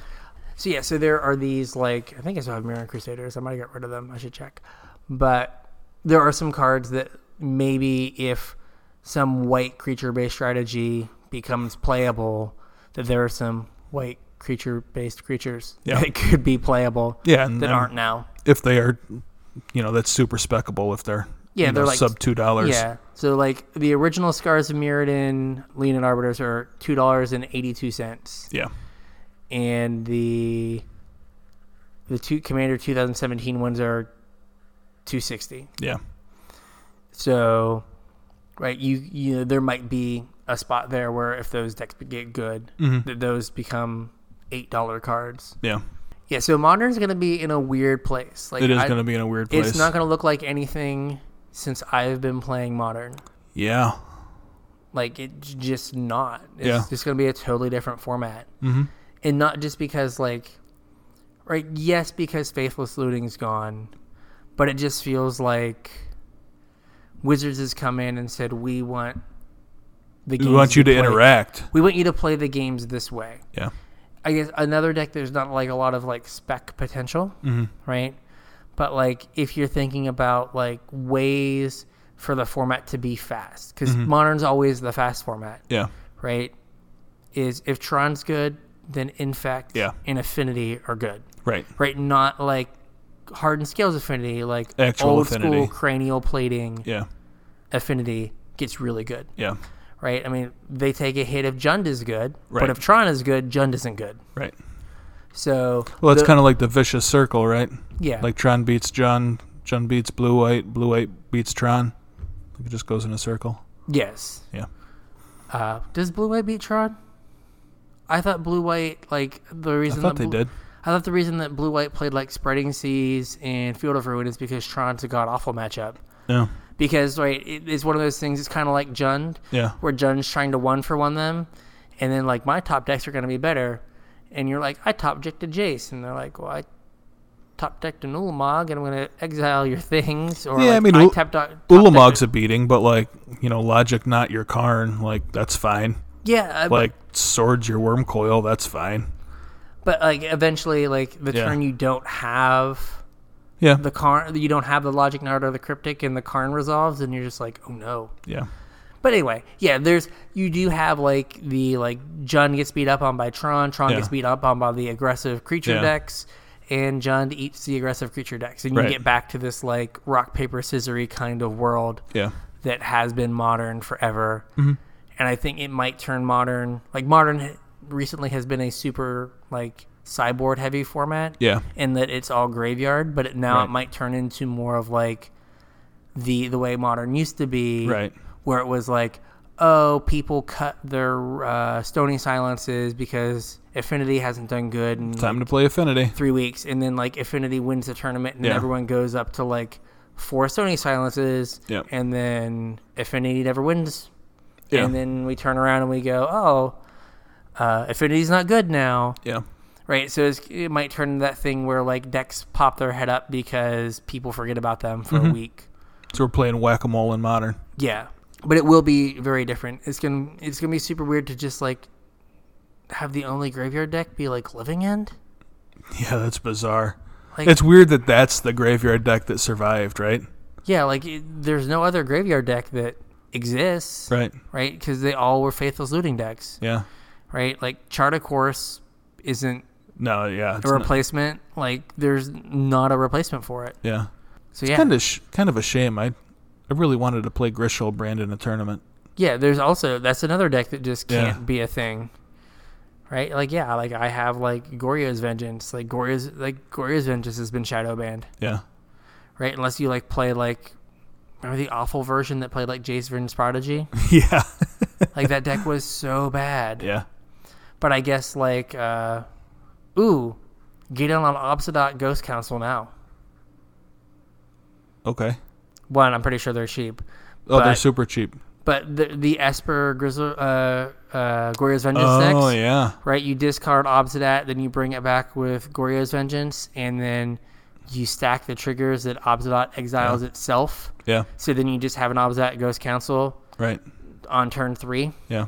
[SPEAKER 1] So yeah, so there are these like I think I still have Mirror and Crusaders. I might have got rid of them. I should check. But there are some cards that maybe if some white creature based strategy becomes playable, that there are some white creature based creatures
[SPEAKER 2] Yeah.
[SPEAKER 1] that could be playable
[SPEAKER 2] Yeah, and
[SPEAKER 1] that
[SPEAKER 2] and
[SPEAKER 1] aren't now.
[SPEAKER 2] if they are, you know, that's super speckable. If they're
[SPEAKER 1] Yeah,
[SPEAKER 2] you know,
[SPEAKER 1] they're like-
[SPEAKER 2] sub two dollars.
[SPEAKER 1] Yeah. So like the original Scars of Mirrodin, Lean and Arbiters are two dollars and eighty two cents.
[SPEAKER 2] yeah,
[SPEAKER 1] and the the two commander 2017 ones are 260
[SPEAKER 2] yeah,
[SPEAKER 1] so right you you know, there might be a spot there where if those decks get good
[SPEAKER 2] Mm-hmm.
[SPEAKER 1] that those become eight dollar cards
[SPEAKER 2] yeah.
[SPEAKER 1] yeah so modern's gonna be in a weird place like
[SPEAKER 2] It is
[SPEAKER 1] I-
[SPEAKER 2] going to be in a weird place.
[SPEAKER 1] it's not gonna look like anything since i've been playing modern
[SPEAKER 2] yeah,
[SPEAKER 1] like it's just not it's
[SPEAKER 2] Yeah. Mm-hmm.
[SPEAKER 1] just going to be a totally different format and not just because like right yes because faithless looting's gone but it just feels like wizards has come in and said we want the
[SPEAKER 2] we want you to
[SPEAKER 1] play-
[SPEAKER 2] interact.
[SPEAKER 1] we want you to play the games this way
[SPEAKER 2] Yeah,
[SPEAKER 1] i guess another deck there's not like a lot of like spec potential
[SPEAKER 2] Mm-hmm.
[SPEAKER 1] right but like if you're thinking about like ways for the format to be fast because
[SPEAKER 2] Mm-hmm.
[SPEAKER 1] modern's always the fast format
[SPEAKER 2] yeah,
[SPEAKER 1] right? Is if Tron's good, then Infect
[SPEAKER 2] Yeah.
[SPEAKER 1] and Affinity are good,
[SPEAKER 2] right.
[SPEAKER 1] right? Not like Hardened Scales Affinity, like
[SPEAKER 2] Actual
[SPEAKER 1] old
[SPEAKER 2] affinity.
[SPEAKER 1] school cranial plating
[SPEAKER 2] Yeah,
[SPEAKER 1] Affinity gets really good,
[SPEAKER 2] yeah,
[SPEAKER 1] right? I mean, they take a hit if Jund is good,
[SPEAKER 2] Right.
[SPEAKER 1] but if Tron is good, Jund isn't good.
[SPEAKER 2] right.
[SPEAKER 1] So,
[SPEAKER 2] Well, it's kind of like the vicious circle, right?
[SPEAKER 1] yeah,
[SPEAKER 2] Like Tron beats John, John beats Blue White, Blue White beats Tron. It just goes in a circle.
[SPEAKER 1] yes.
[SPEAKER 2] Yeah.
[SPEAKER 1] Uh, does Blue White beat Tron? I thought Blue White like the
[SPEAKER 2] I
[SPEAKER 1] reason
[SPEAKER 2] thought
[SPEAKER 1] that
[SPEAKER 2] they
[SPEAKER 1] Blue-
[SPEAKER 2] did.
[SPEAKER 1] I thought the reason that Blue White played like Spreading Seas and Field of Ruin is because Tron's a god awful matchup.
[SPEAKER 2] Yeah.
[SPEAKER 1] Because right, it, it's one of those things. It's kind of like Jund,
[SPEAKER 2] Yeah.
[SPEAKER 1] where Jund's trying to one for one them, and then like my top decks are going to be better, and you're like I top decked to Jace, and they're like, well I top decked an Ulamog, and I'm going to exile your things. Or
[SPEAKER 2] Yeah, I
[SPEAKER 1] like,
[SPEAKER 2] mean, Ul-
[SPEAKER 1] top dock- top
[SPEAKER 2] Ulamog's
[SPEAKER 1] decked-
[SPEAKER 2] a beating, but like, you know, logic not your Karn, like that's fine.
[SPEAKER 1] yeah, uh, but-
[SPEAKER 2] Like swords your worm coil, that's fine.
[SPEAKER 1] but like eventually, like the
[SPEAKER 2] Yeah.
[SPEAKER 1] turn you don't have
[SPEAKER 2] Yeah.
[SPEAKER 1] the Karn, you don't have the Logic Nard or the Cryptic, and the Karn resolves, and you're just like, oh no.
[SPEAKER 2] Yeah.
[SPEAKER 1] But anyway, yeah, there's you do have like the like Jun gets beat up on by Tron, Tron
[SPEAKER 2] Yeah.
[SPEAKER 1] gets beat up on by the aggressive creature
[SPEAKER 2] Yeah.
[SPEAKER 1] decks, and Jund eats the aggressive creature decks, and you
[SPEAKER 2] Right.
[SPEAKER 1] get back to this like rock paper scissory kind of world
[SPEAKER 2] Yeah.
[SPEAKER 1] that has been modern forever,
[SPEAKER 2] Mm-hmm.
[SPEAKER 1] and I think it might turn modern like modern h- recently has been a super like cyborg heavy format,
[SPEAKER 2] Yeah.
[SPEAKER 1] in that it's all graveyard, but it, now it
[SPEAKER 2] Right.
[SPEAKER 1] might turn into more of like the the way modern used to be,
[SPEAKER 2] Right.
[SPEAKER 1] Where it was like, oh, people cut their uh, stony silences because Affinity hasn't done good in
[SPEAKER 2] Time to play Affinity.
[SPEAKER 1] three weeks, and then like Affinity wins the tournament, and
[SPEAKER 2] Yeah.
[SPEAKER 1] everyone goes up to like four stony silences,
[SPEAKER 2] Yep.
[SPEAKER 1] and then Affinity never wins,
[SPEAKER 2] Yeah.
[SPEAKER 1] and then we turn around and we go, oh. Uh, Affinity's not good now
[SPEAKER 2] yeah.
[SPEAKER 1] right? So it's, it might turn into that thing where like decks pop their head up because people forget about them
[SPEAKER 2] Mm-hmm.
[SPEAKER 1] for a week.
[SPEAKER 2] So we're playing whack a mole in modern.
[SPEAKER 1] Yeah, but it will be very different. It's gonna it's gonna be super weird to just like have the only graveyard deck be like Living End.
[SPEAKER 2] Yeah, that's bizarre.
[SPEAKER 1] Like-
[SPEAKER 2] it's weird that that's the graveyard deck that survived, right?
[SPEAKER 1] Yeah, like it, there's no other graveyard deck that exists,
[SPEAKER 2] Right.
[SPEAKER 1] right? Because they all were faithless looting decks,
[SPEAKER 2] Yeah.
[SPEAKER 1] right? Like Chart of Course isn't
[SPEAKER 2] No, yeah. It's
[SPEAKER 1] a
[SPEAKER 2] not-
[SPEAKER 1] replacement. Like there's not a replacement for it.
[SPEAKER 2] yeah.
[SPEAKER 1] So yeah,
[SPEAKER 2] Kind of sh- kind of a shame. I I really wanted to play Grishol Brand in a tournament.
[SPEAKER 1] Yeah, there's also that's another deck that just
[SPEAKER 2] Yeah.
[SPEAKER 1] can't be a thing. Right? Like yeah, like I have like Goryo's Vengeance. Like Goryo's like Goryo's Vengeance has been shadow banned,
[SPEAKER 2] Yeah.
[SPEAKER 1] right? Unless you like play like remember the awful version that played like Jace Vengeance Prodigy?
[SPEAKER 2] yeah.
[SPEAKER 1] like that deck was so bad.
[SPEAKER 2] Yeah.
[SPEAKER 1] But I guess like uh ooh, get in on Obsidot Ghost Council now.
[SPEAKER 2] Okay.
[SPEAKER 1] One, I'm pretty sure they're cheap.
[SPEAKER 2] Oh,
[SPEAKER 1] But-
[SPEAKER 2] they're super cheap.
[SPEAKER 1] But the the Esper Grizzle uh uh Goryo's Vengeance decks.
[SPEAKER 2] Oh, yeah.
[SPEAKER 1] right? You discard Obsidat, then you bring it back with Goryo's Vengeance, and then you stack the triggers that Obsidat exiles itself.
[SPEAKER 2] Yeah.
[SPEAKER 1] So then you just have an Obsidat Ghost Council
[SPEAKER 2] Right.
[SPEAKER 1] on turn three.
[SPEAKER 2] Yeah.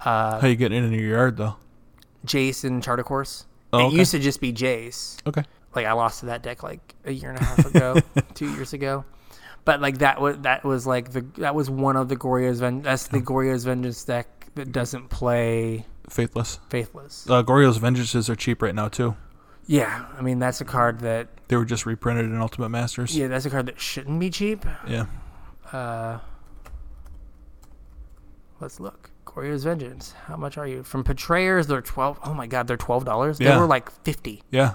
[SPEAKER 1] Uh,
[SPEAKER 2] How you getting it into your yard though?
[SPEAKER 1] Jace and Charter Course.
[SPEAKER 2] Oh,
[SPEAKER 1] it
[SPEAKER 2] okay.
[SPEAKER 1] used to just be Jace.
[SPEAKER 2] Okay.
[SPEAKER 1] Like I lost to that deck like a year and a half ago, two years ago. But like that was that was like the that was one of the Goryo's Ven- that's
[SPEAKER 2] Oh.
[SPEAKER 1] the Goryo's Vengeance deck that doesn't play
[SPEAKER 2] Faithless.
[SPEAKER 1] Faithless.
[SPEAKER 2] Uh, Goryo's Vengeances are cheap right now too.
[SPEAKER 1] Yeah, I mean that's a card that
[SPEAKER 2] They were just reprinted in Ultimate Masters.
[SPEAKER 1] yeah that's a card that shouldn't be cheap.
[SPEAKER 2] Yeah.
[SPEAKER 1] Uh, let's look. Corio's Vengeance. How much are you from Betrayers? They're twelve. Oh my god, they're twelve dollars.
[SPEAKER 2] Yeah.
[SPEAKER 1] They were like fifty.
[SPEAKER 2] Yeah.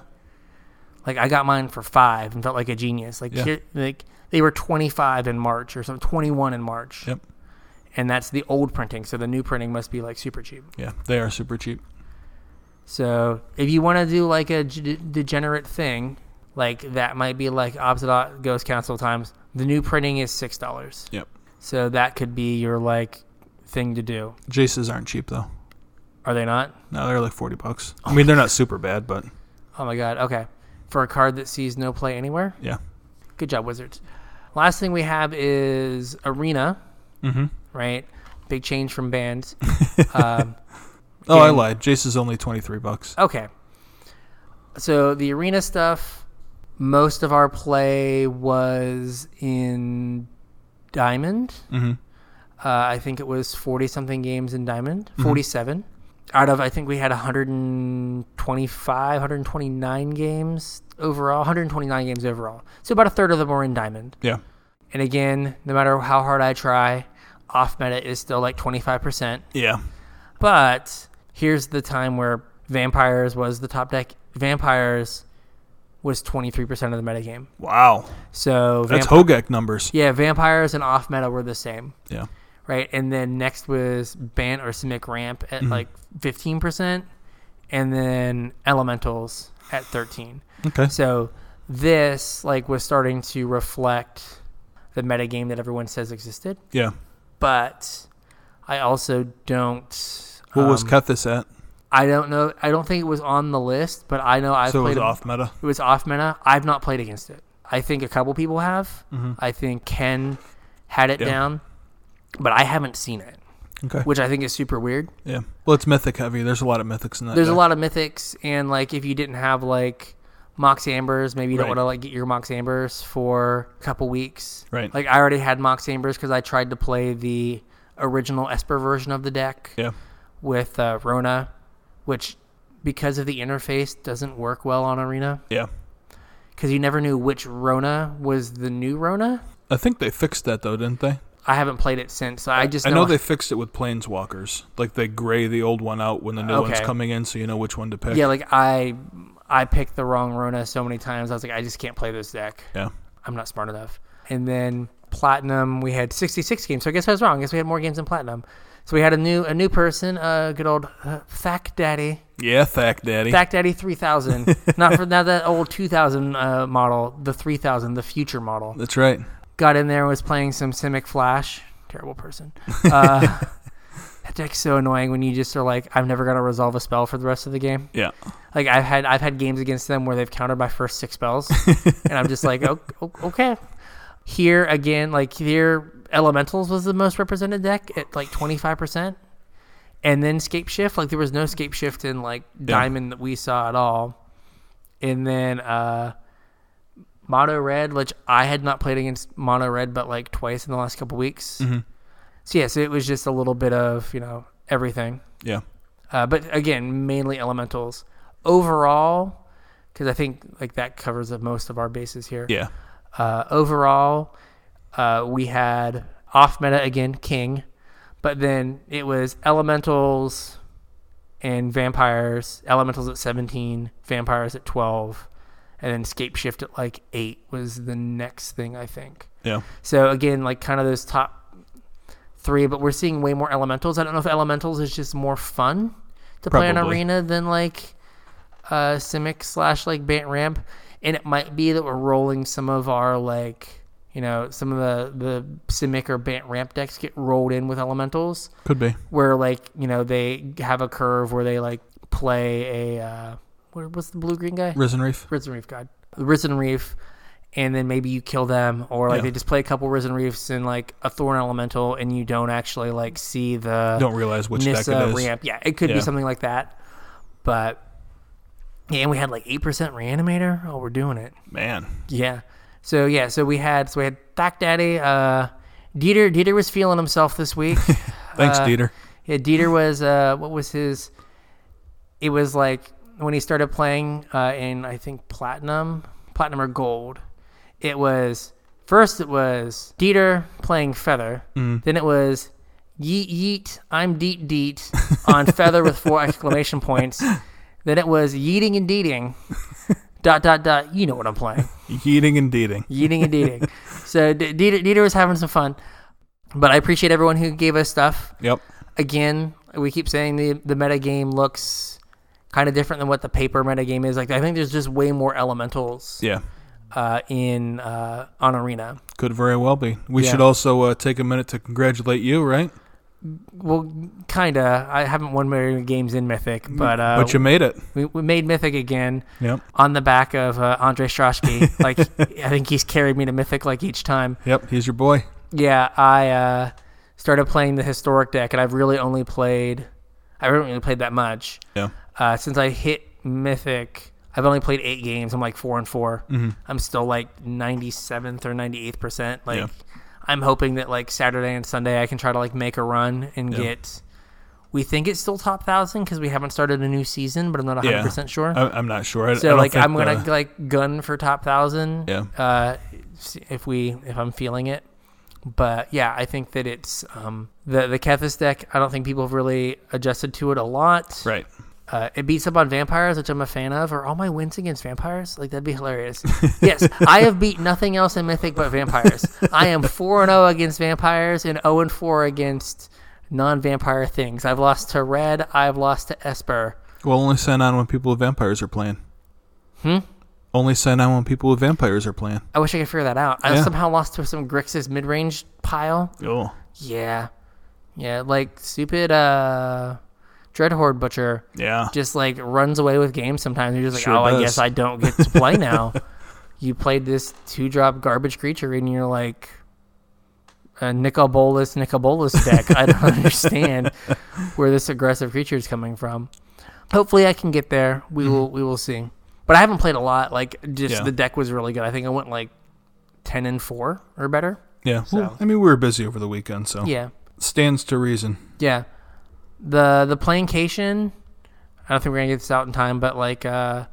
[SPEAKER 1] Like I got mine for five and felt like a genius. Like
[SPEAKER 2] Yeah.
[SPEAKER 1] shit, like they were twenty five in March or something, twenty one in March.
[SPEAKER 2] Yep.
[SPEAKER 1] And that's the old printing, so the new printing must be like super cheap.
[SPEAKER 2] Yeah. They are super cheap.
[SPEAKER 1] So if you want to do like a g- degenerate thing, like that might be like Obsidot Ghost Council times. The new printing is six dollars.
[SPEAKER 2] Yep.
[SPEAKER 1] So that could be your like thing to do.
[SPEAKER 2] Jaces aren't cheap though.
[SPEAKER 1] Are they not?
[SPEAKER 2] No, they're like forty bucks. I mean, they're not super bad, but
[SPEAKER 1] Oh my god. Okay. For a card that sees no play anywhere.
[SPEAKER 2] yeah.
[SPEAKER 1] Good job, Wizards. Last thing we have is Arena,
[SPEAKER 2] Mm-hmm.
[SPEAKER 1] right? Big change from bands. um,
[SPEAKER 2] Oh, I
[SPEAKER 1] And-
[SPEAKER 2] lied. Jace is only twenty three bucks.
[SPEAKER 1] okay. So the Arena stuff, most of our play was in Diamond.
[SPEAKER 2] Mm-hmm.
[SPEAKER 1] Uh, I think it was 40 something games in Diamond, 47. Out of, I think we had 125, 129 games overall, 129 games overall. So about a third of them were in Diamond.
[SPEAKER 2] Yeah.
[SPEAKER 1] And again, no matter how hard I try, off meta is still like 25%.
[SPEAKER 2] Yeah.
[SPEAKER 1] But here's the time where Vampires was the top deck. Vampires was 23% of the metagame.
[SPEAKER 2] Wow.
[SPEAKER 1] So,
[SPEAKER 2] That's
[SPEAKER 1] vamp-
[SPEAKER 2] Hogak numbers.
[SPEAKER 1] yeah, Vampires and off meta were the same
[SPEAKER 2] Yeah.
[SPEAKER 1] right? And then next was Bant or Simic Ramp at
[SPEAKER 2] Mm-hmm.
[SPEAKER 1] like 15%, and then Elementals at 13.
[SPEAKER 2] Okay.
[SPEAKER 1] So this like was starting to reflect the metagame that everyone says existed,
[SPEAKER 2] Yeah.
[SPEAKER 1] but I also don't.
[SPEAKER 2] What was
[SPEAKER 1] um,
[SPEAKER 2] Kethis at?
[SPEAKER 1] I don't know. I don't think it was on the list, but I know I've
[SPEAKER 2] so it
[SPEAKER 1] played
[SPEAKER 2] was off meta.
[SPEAKER 1] it was off meta. I've not played against it. I think a couple people have. I think Ken had it
[SPEAKER 2] Mm-hmm. Yeah.
[SPEAKER 1] down, but I haven't seen it,
[SPEAKER 2] Okay.
[SPEAKER 1] which I think is super weird.
[SPEAKER 2] Yeah. Well, it's mythic heavy. There's a lot of mythics in that.
[SPEAKER 1] There's a
[SPEAKER 2] deck.
[SPEAKER 1] lot of mythics, and like if you didn't have like Mox Ambers. Maybe you don't
[SPEAKER 2] Right.
[SPEAKER 1] want to like get your Mox Ambers for a couple weeks.
[SPEAKER 2] Right.
[SPEAKER 1] Like I already had Mox Ambers because I tried to play the original Esper version of the deck
[SPEAKER 2] Yeah.
[SPEAKER 1] with uh, Rona, which because of the interface doesn't work well on Arena
[SPEAKER 2] Yeah.
[SPEAKER 1] because you never knew which Rona was the new Rona.
[SPEAKER 2] I think they fixed that though, didn't they?
[SPEAKER 1] I haven't played it since. So I just
[SPEAKER 2] I
[SPEAKER 1] know,
[SPEAKER 2] know they fixed it with planeswalkers. Like they gray the old one out when the new one's
[SPEAKER 1] Okay.
[SPEAKER 2] coming in, so you know which one to pick.
[SPEAKER 1] Yeah, like I I picked the wrong Rona so many times. I was like, I just can't play this deck.
[SPEAKER 2] Yeah.
[SPEAKER 1] I'm not smart enough. And then platinum, we had 66 games. So I guess I was wrong. I guess we had more games than platinum. So we had a new a new person, uh, good old uh, Fact Daddy,
[SPEAKER 2] Yeah, Thack Daddy.
[SPEAKER 1] Fact Daddy 3000. not for now that old 2000 uh, model, the 3000, the future model.
[SPEAKER 2] That's right.
[SPEAKER 1] Got in there and was playing some Simic Flash. Terrible person. Uh, that deck's so annoying when you just are like, I'm never gonna resolve a spell for the rest of the game.
[SPEAKER 2] Yeah.
[SPEAKER 1] Like I've had I've had games against them where they've countered my first six spells, and I'm just like, "O- o- okay. Here again, like here, elementals was the most represented deck at like 25 percent, and then scape shift. Like there was no scape shift in like diamond that we saw at all, and then uh mono red, which I had not played against mono red, but like twice in the last couple weeks. So yeah, so it was just a little bit of you know everything
[SPEAKER 2] Yeah.
[SPEAKER 1] uh, but again, mainly elementals. Overall, because I think like that covers the most of our bases here.
[SPEAKER 2] Yeah.
[SPEAKER 1] Uh, overall, uh, we had off meta again, king, but then it was elementals and vampires. Elementals at seventeen, vampires at twelve, and then scape shift at like eight was the next thing I think.
[SPEAKER 2] Yeah.
[SPEAKER 1] So again, like kind of those top three, but we're seeing way more elementals. I don't know if elementals is just more fun to play in
[SPEAKER 2] Probably.
[SPEAKER 1] arena than like uh Simic slash like Bant Ramp. And it might be that we're rolling some of our like you know, some of the the Simic or Bant Ramp decks get rolled in with elementals
[SPEAKER 2] Could be.
[SPEAKER 1] where like, you know, they have a curve where they like play a uh where what's the blue green guy?
[SPEAKER 2] Risen Reef.
[SPEAKER 1] Risen Reef God. Risen Reef, and then maybe you kill them, or like
[SPEAKER 2] Yeah.
[SPEAKER 1] they just play a couple Risen Reefs and like a Thorn Elemental, and you don't actually like see the
[SPEAKER 2] Don't realize which deck
[SPEAKER 1] Nissa
[SPEAKER 2] it is.
[SPEAKER 1] ramp. Yeah, it could
[SPEAKER 2] Yeah.
[SPEAKER 1] be something like that. But yeah, and we had like eight percent Reanimator. Oh, we're doing it.
[SPEAKER 2] Man.
[SPEAKER 1] Yeah. So yeah, so we had so we had Thack Daddy. Uh, Dieter Dieter was feeling himself this week.
[SPEAKER 2] Thanks,
[SPEAKER 1] Uh,
[SPEAKER 2] Dieter.
[SPEAKER 1] Yeah, Dieter was uh, what was his? It was like when he started playing uh, in I think platinum, platinum or gold. It was first it was Dieter playing Feather, then it was Yeet Yeet I'm Deet Deet on Feather with four exclamation points. Then it was Yeeting and Deeting. dot dot dot. You know what I'm playing.
[SPEAKER 2] Yeeting and deeding.
[SPEAKER 1] Yeeting and Deeting. so D- Dieter, Dieter was having some fun, but I appreciate everyone who gave us stuff
[SPEAKER 2] Yep.
[SPEAKER 1] again, we keep saying the the meta game looks kind of different than what the paper meta game is. Like I think there's just way more elementals
[SPEAKER 2] Yeah.
[SPEAKER 1] uh, in uh, on arena.
[SPEAKER 2] Could very well be. We
[SPEAKER 1] Yeah.
[SPEAKER 2] should also uh, take a minute to congratulate you, right?
[SPEAKER 1] Well, kinda. I haven't won many games in Mythic, but uh,
[SPEAKER 2] Mm, but you made it.
[SPEAKER 1] we, we made Mythic again
[SPEAKER 2] Yep.
[SPEAKER 1] on the back of uh, Andre Strachke. like I think he's carried me to Mythic like each time.
[SPEAKER 2] Yep. He's your boy.
[SPEAKER 1] Yeah, I uh, started playing the historic deck, and I've really only played. I haven't really played that much.
[SPEAKER 2] Yeah.
[SPEAKER 1] uh, since I hit Mythic, I've only played eight games. I'm like four and 4
[SPEAKER 2] Mm-hmm.
[SPEAKER 1] i I'm still like 97th or 98th percent. Like,
[SPEAKER 2] Yeah.
[SPEAKER 1] I'm hoping that like Saturday and Sunday I can try to like make a run and
[SPEAKER 2] Yeah.
[SPEAKER 1] get. We think it's still top thousand because we haven't started a new season, but I'm not 100
[SPEAKER 2] Yeah.
[SPEAKER 1] percent sure.
[SPEAKER 2] I, I'm not sure. I, I
[SPEAKER 1] Uh, so
[SPEAKER 2] don't
[SPEAKER 1] like
[SPEAKER 2] think
[SPEAKER 1] I'm gonna
[SPEAKER 2] the-
[SPEAKER 1] like gun for top thousand.
[SPEAKER 2] Yeah.
[SPEAKER 1] Uh, s- if we if I'm feeling it, but yeah, I think that it's um the the Kethis deck. I don't think people have really adjusted to it a lot.
[SPEAKER 2] Right.
[SPEAKER 1] Uh, it beats up on vampires, which I'm a fan of. Are all my wins against vampires? Like that'd be hilarious. yes, I have beat nothing else in Mythic but vampires. I am four and zero against vampires and zero and four against non-vampire things. I've lost to red. I've lost to Esper.
[SPEAKER 2] Well, only sign on when people with vampires are playing.
[SPEAKER 1] Hmm?
[SPEAKER 2] Only sign on when people with vampires are playing.
[SPEAKER 1] I wish I could figure that out. I
[SPEAKER 2] Yeah.
[SPEAKER 1] somehow lost to some Grixis mid-range pile.
[SPEAKER 2] Oh.
[SPEAKER 1] Yeah, yeah, like stupid uh, Dreadhorde butcher.
[SPEAKER 2] Yeah.
[SPEAKER 1] just like runs away with games sometimes. You're just like,
[SPEAKER 2] Sure
[SPEAKER 1] oh, I
[SPEAKER 2] does.
[SPEAKER 1] guess I don't get to play now. you played this two drop garbage creature and you're like, a Nicobolus Nicobolus deck. I don't understand where this aggressive creature is coming from. Hopefully, I can get there. We will. We will see. But I haven't played a lot. Like just
[SPEAKER 2] Mm-hmm. Yeah.
[SPEAKER 1] the deck was really good. I think I went like ten and four or better.
[SPEAKER 2] Yeah. Well,
[SPEAKER 1] So-
[SPEAKER 2] I mean, we were busy over the weekend, so
[SPEAKER 1] Yeah,
[SPEAKER 2] stands to reason.
[SPEAKER 1] yeah. The the plancation. I don't think we're gonna get this out in time, but like uh,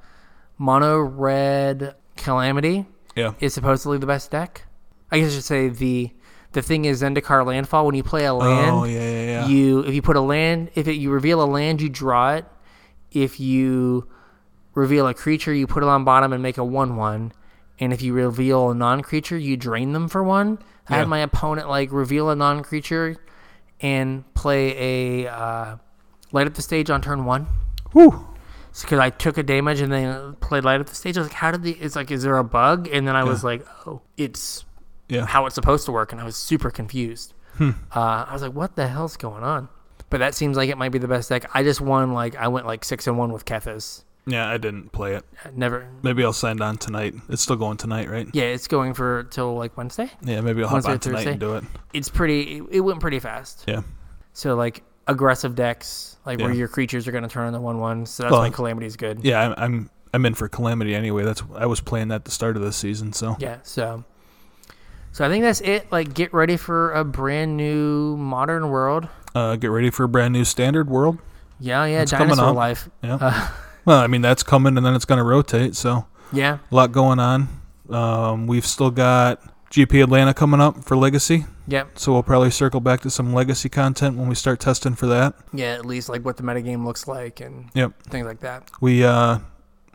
[SPEAKER 1] mono red calamity
[SPEAKER 2] Yeah.
[SPEAKER 1] is supposedly the best deck. I guess I should say the the thing is Zendikar landfall. When you play a land,
[SPEAKER 2] Oh yeah, yeah, yeah.
[SPEAKER 1] you if you put a land if it, you reveal a land you draw it if you reveal a creature you put it on bottom and make a one one and if you reveal a non-creature you drain them for one i
[SPEAKER 2] Yeah.
[SPEAKER 1] had my opponent like reveal a non-creature and play a uh, light up the stage on turn one
[SPEAKER 2] Whew.
[SPEAKER 1] because I took a damage and then played light up the stage. I was like, "How did the?" It's like, is there a bug? And then I was like, "Oh, it's
[SPEAKER 2] Yeah.
[SPEAKER 1] how it's supposed to work." And I was super confused.
[SPEAKER 2] Hmm.
[SPEAKER 1] Uh, I was like, "What the hell's going on?" But that seems like it might be the best deck. I just won like I went like six and one with Kethas.
[SPEAKER 2] Yeah, I didn't play it.
[SPEAKER 1] Never.
[SPEAKER 2] Maybe I'll sign on tonight. It's still going tonight, right?
[SPEAKER 1] Yeah, it's going for till like Wednesday.
[SPEAKER 2] Yeah, maybe I'll hop
[SPEAKER 1] Wednesday or
[SPEAKER 2] on tonight and do it.
[SPEAKER 1] It's pretty. It, it went pretty fast.
[SPEAKER 2] Yeah.
[SPEAKER 1] So like aggressive decks, like where
[SPEAKER 2] Yeah.
[SPEAKER 1] your creatures are going to turn into one one. So that's
[SPEAKER 2] Well,
[SPEAKER 1] why Calamity's good.
[SPEAKER 2] Yeah, I'm I'm I'm in for calamity anyway. That's I was playing that at the start of this season, so
[SPEAKER 1] Yeah, so so I think that's it. Like get ready for a brand new modern world.
[SPEAKER 2] uh, get ready for a brand new standard world.
[SPEAKER 1] Yeah, yeah,
[SPEAKER 2] It's coming
[SPEAKER 1] dinosaur
[SPEAKER 2] up.
[SPEAKER 1] life.
[SPEAKER 2] Yeah.
[SPEAKER 1] Uh,
[SPEAKER 2] Well, I mean that's coming and then it's gonna rotate, so
[SPEAKER 1] yeah.
[SPEAKER 2] a lot going on. Um, we've still got GP Atlanta coming up for Legacy,
[SPEAKER 1] Yep.
[SPEAKER 2] so we'll probably circle back to some Legacy content when we start testing for that.
[SPEAKER 1] Yeah, at least like what the metagame looks like and
[SPEAKER 2] Yep.
[SPEAKER 1] things like that.
[SPEAKER 2] We uh,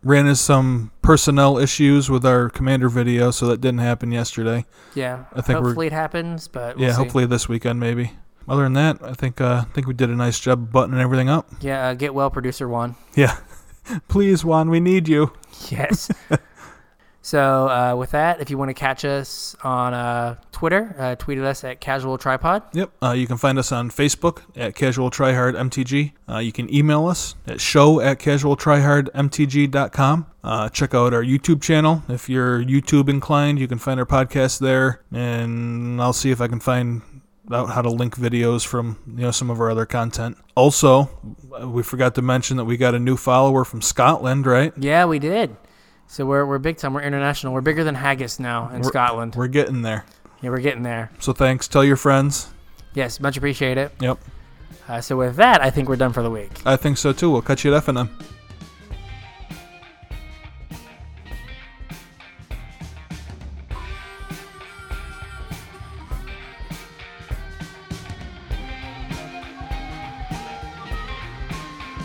[SPEAKER 2] ran into some personnel issues with our commander video, so that didn't happen yesterday.
[SPEAKER 1] Yeah.
[SPEAKER 2] I think we're-
[SPEAKER 1] hopefully it happens, but we'll
[SPEAKER 2] yeah,
[SPEAKER 1] see.
[SPEAKER 2] hopefully this weekend maybe. Other than that, I think uh, I think we did a nice job buttoning everything up.
[SPEAKER 1] Yeah, uh, get well producer one.
[SPEAKER 2] Yeah. Please, Juan, we need you.
[SPEAKER 1] Yes. so uh, with that, if you want to catch us on uh, Twitter, uh, tweet at us at Casual Tripod.
[SPEAKER 2] Yep. Uh, you can find us on Facebook at Casual Tryhard MTG. Uh, you can email us at show at casualtryhardmtg.com. Uh, check out our YouTube channel. If you're YouTube inclined, you can find our podcast there. And I'll see if I can find out how to link videos from you know some of our other content. Also, uh, we forgot to mention that we got a new follower from Scotland, right?
[SPEAKER 1] Yeah, we did. So we're we're big time. We're international. We're bigger than Haggis now in
[SPEAKER 2] We're-
[SPEAKER 1] Scotland.
[SPEAKER 2] We're getting there.
[SPEAKER 1] yeah, we're getting there.
[SPEAKER 2] So thanks. Tell your friends.
[SPEAKER 1] Yes, much appreciate it.
[SPEAKER 2] Yep.
[SPEAKER 1] Uh, so with that, I think we're done for the week.
[SPEAKER 2] I think so too. We'll catch you at FNM.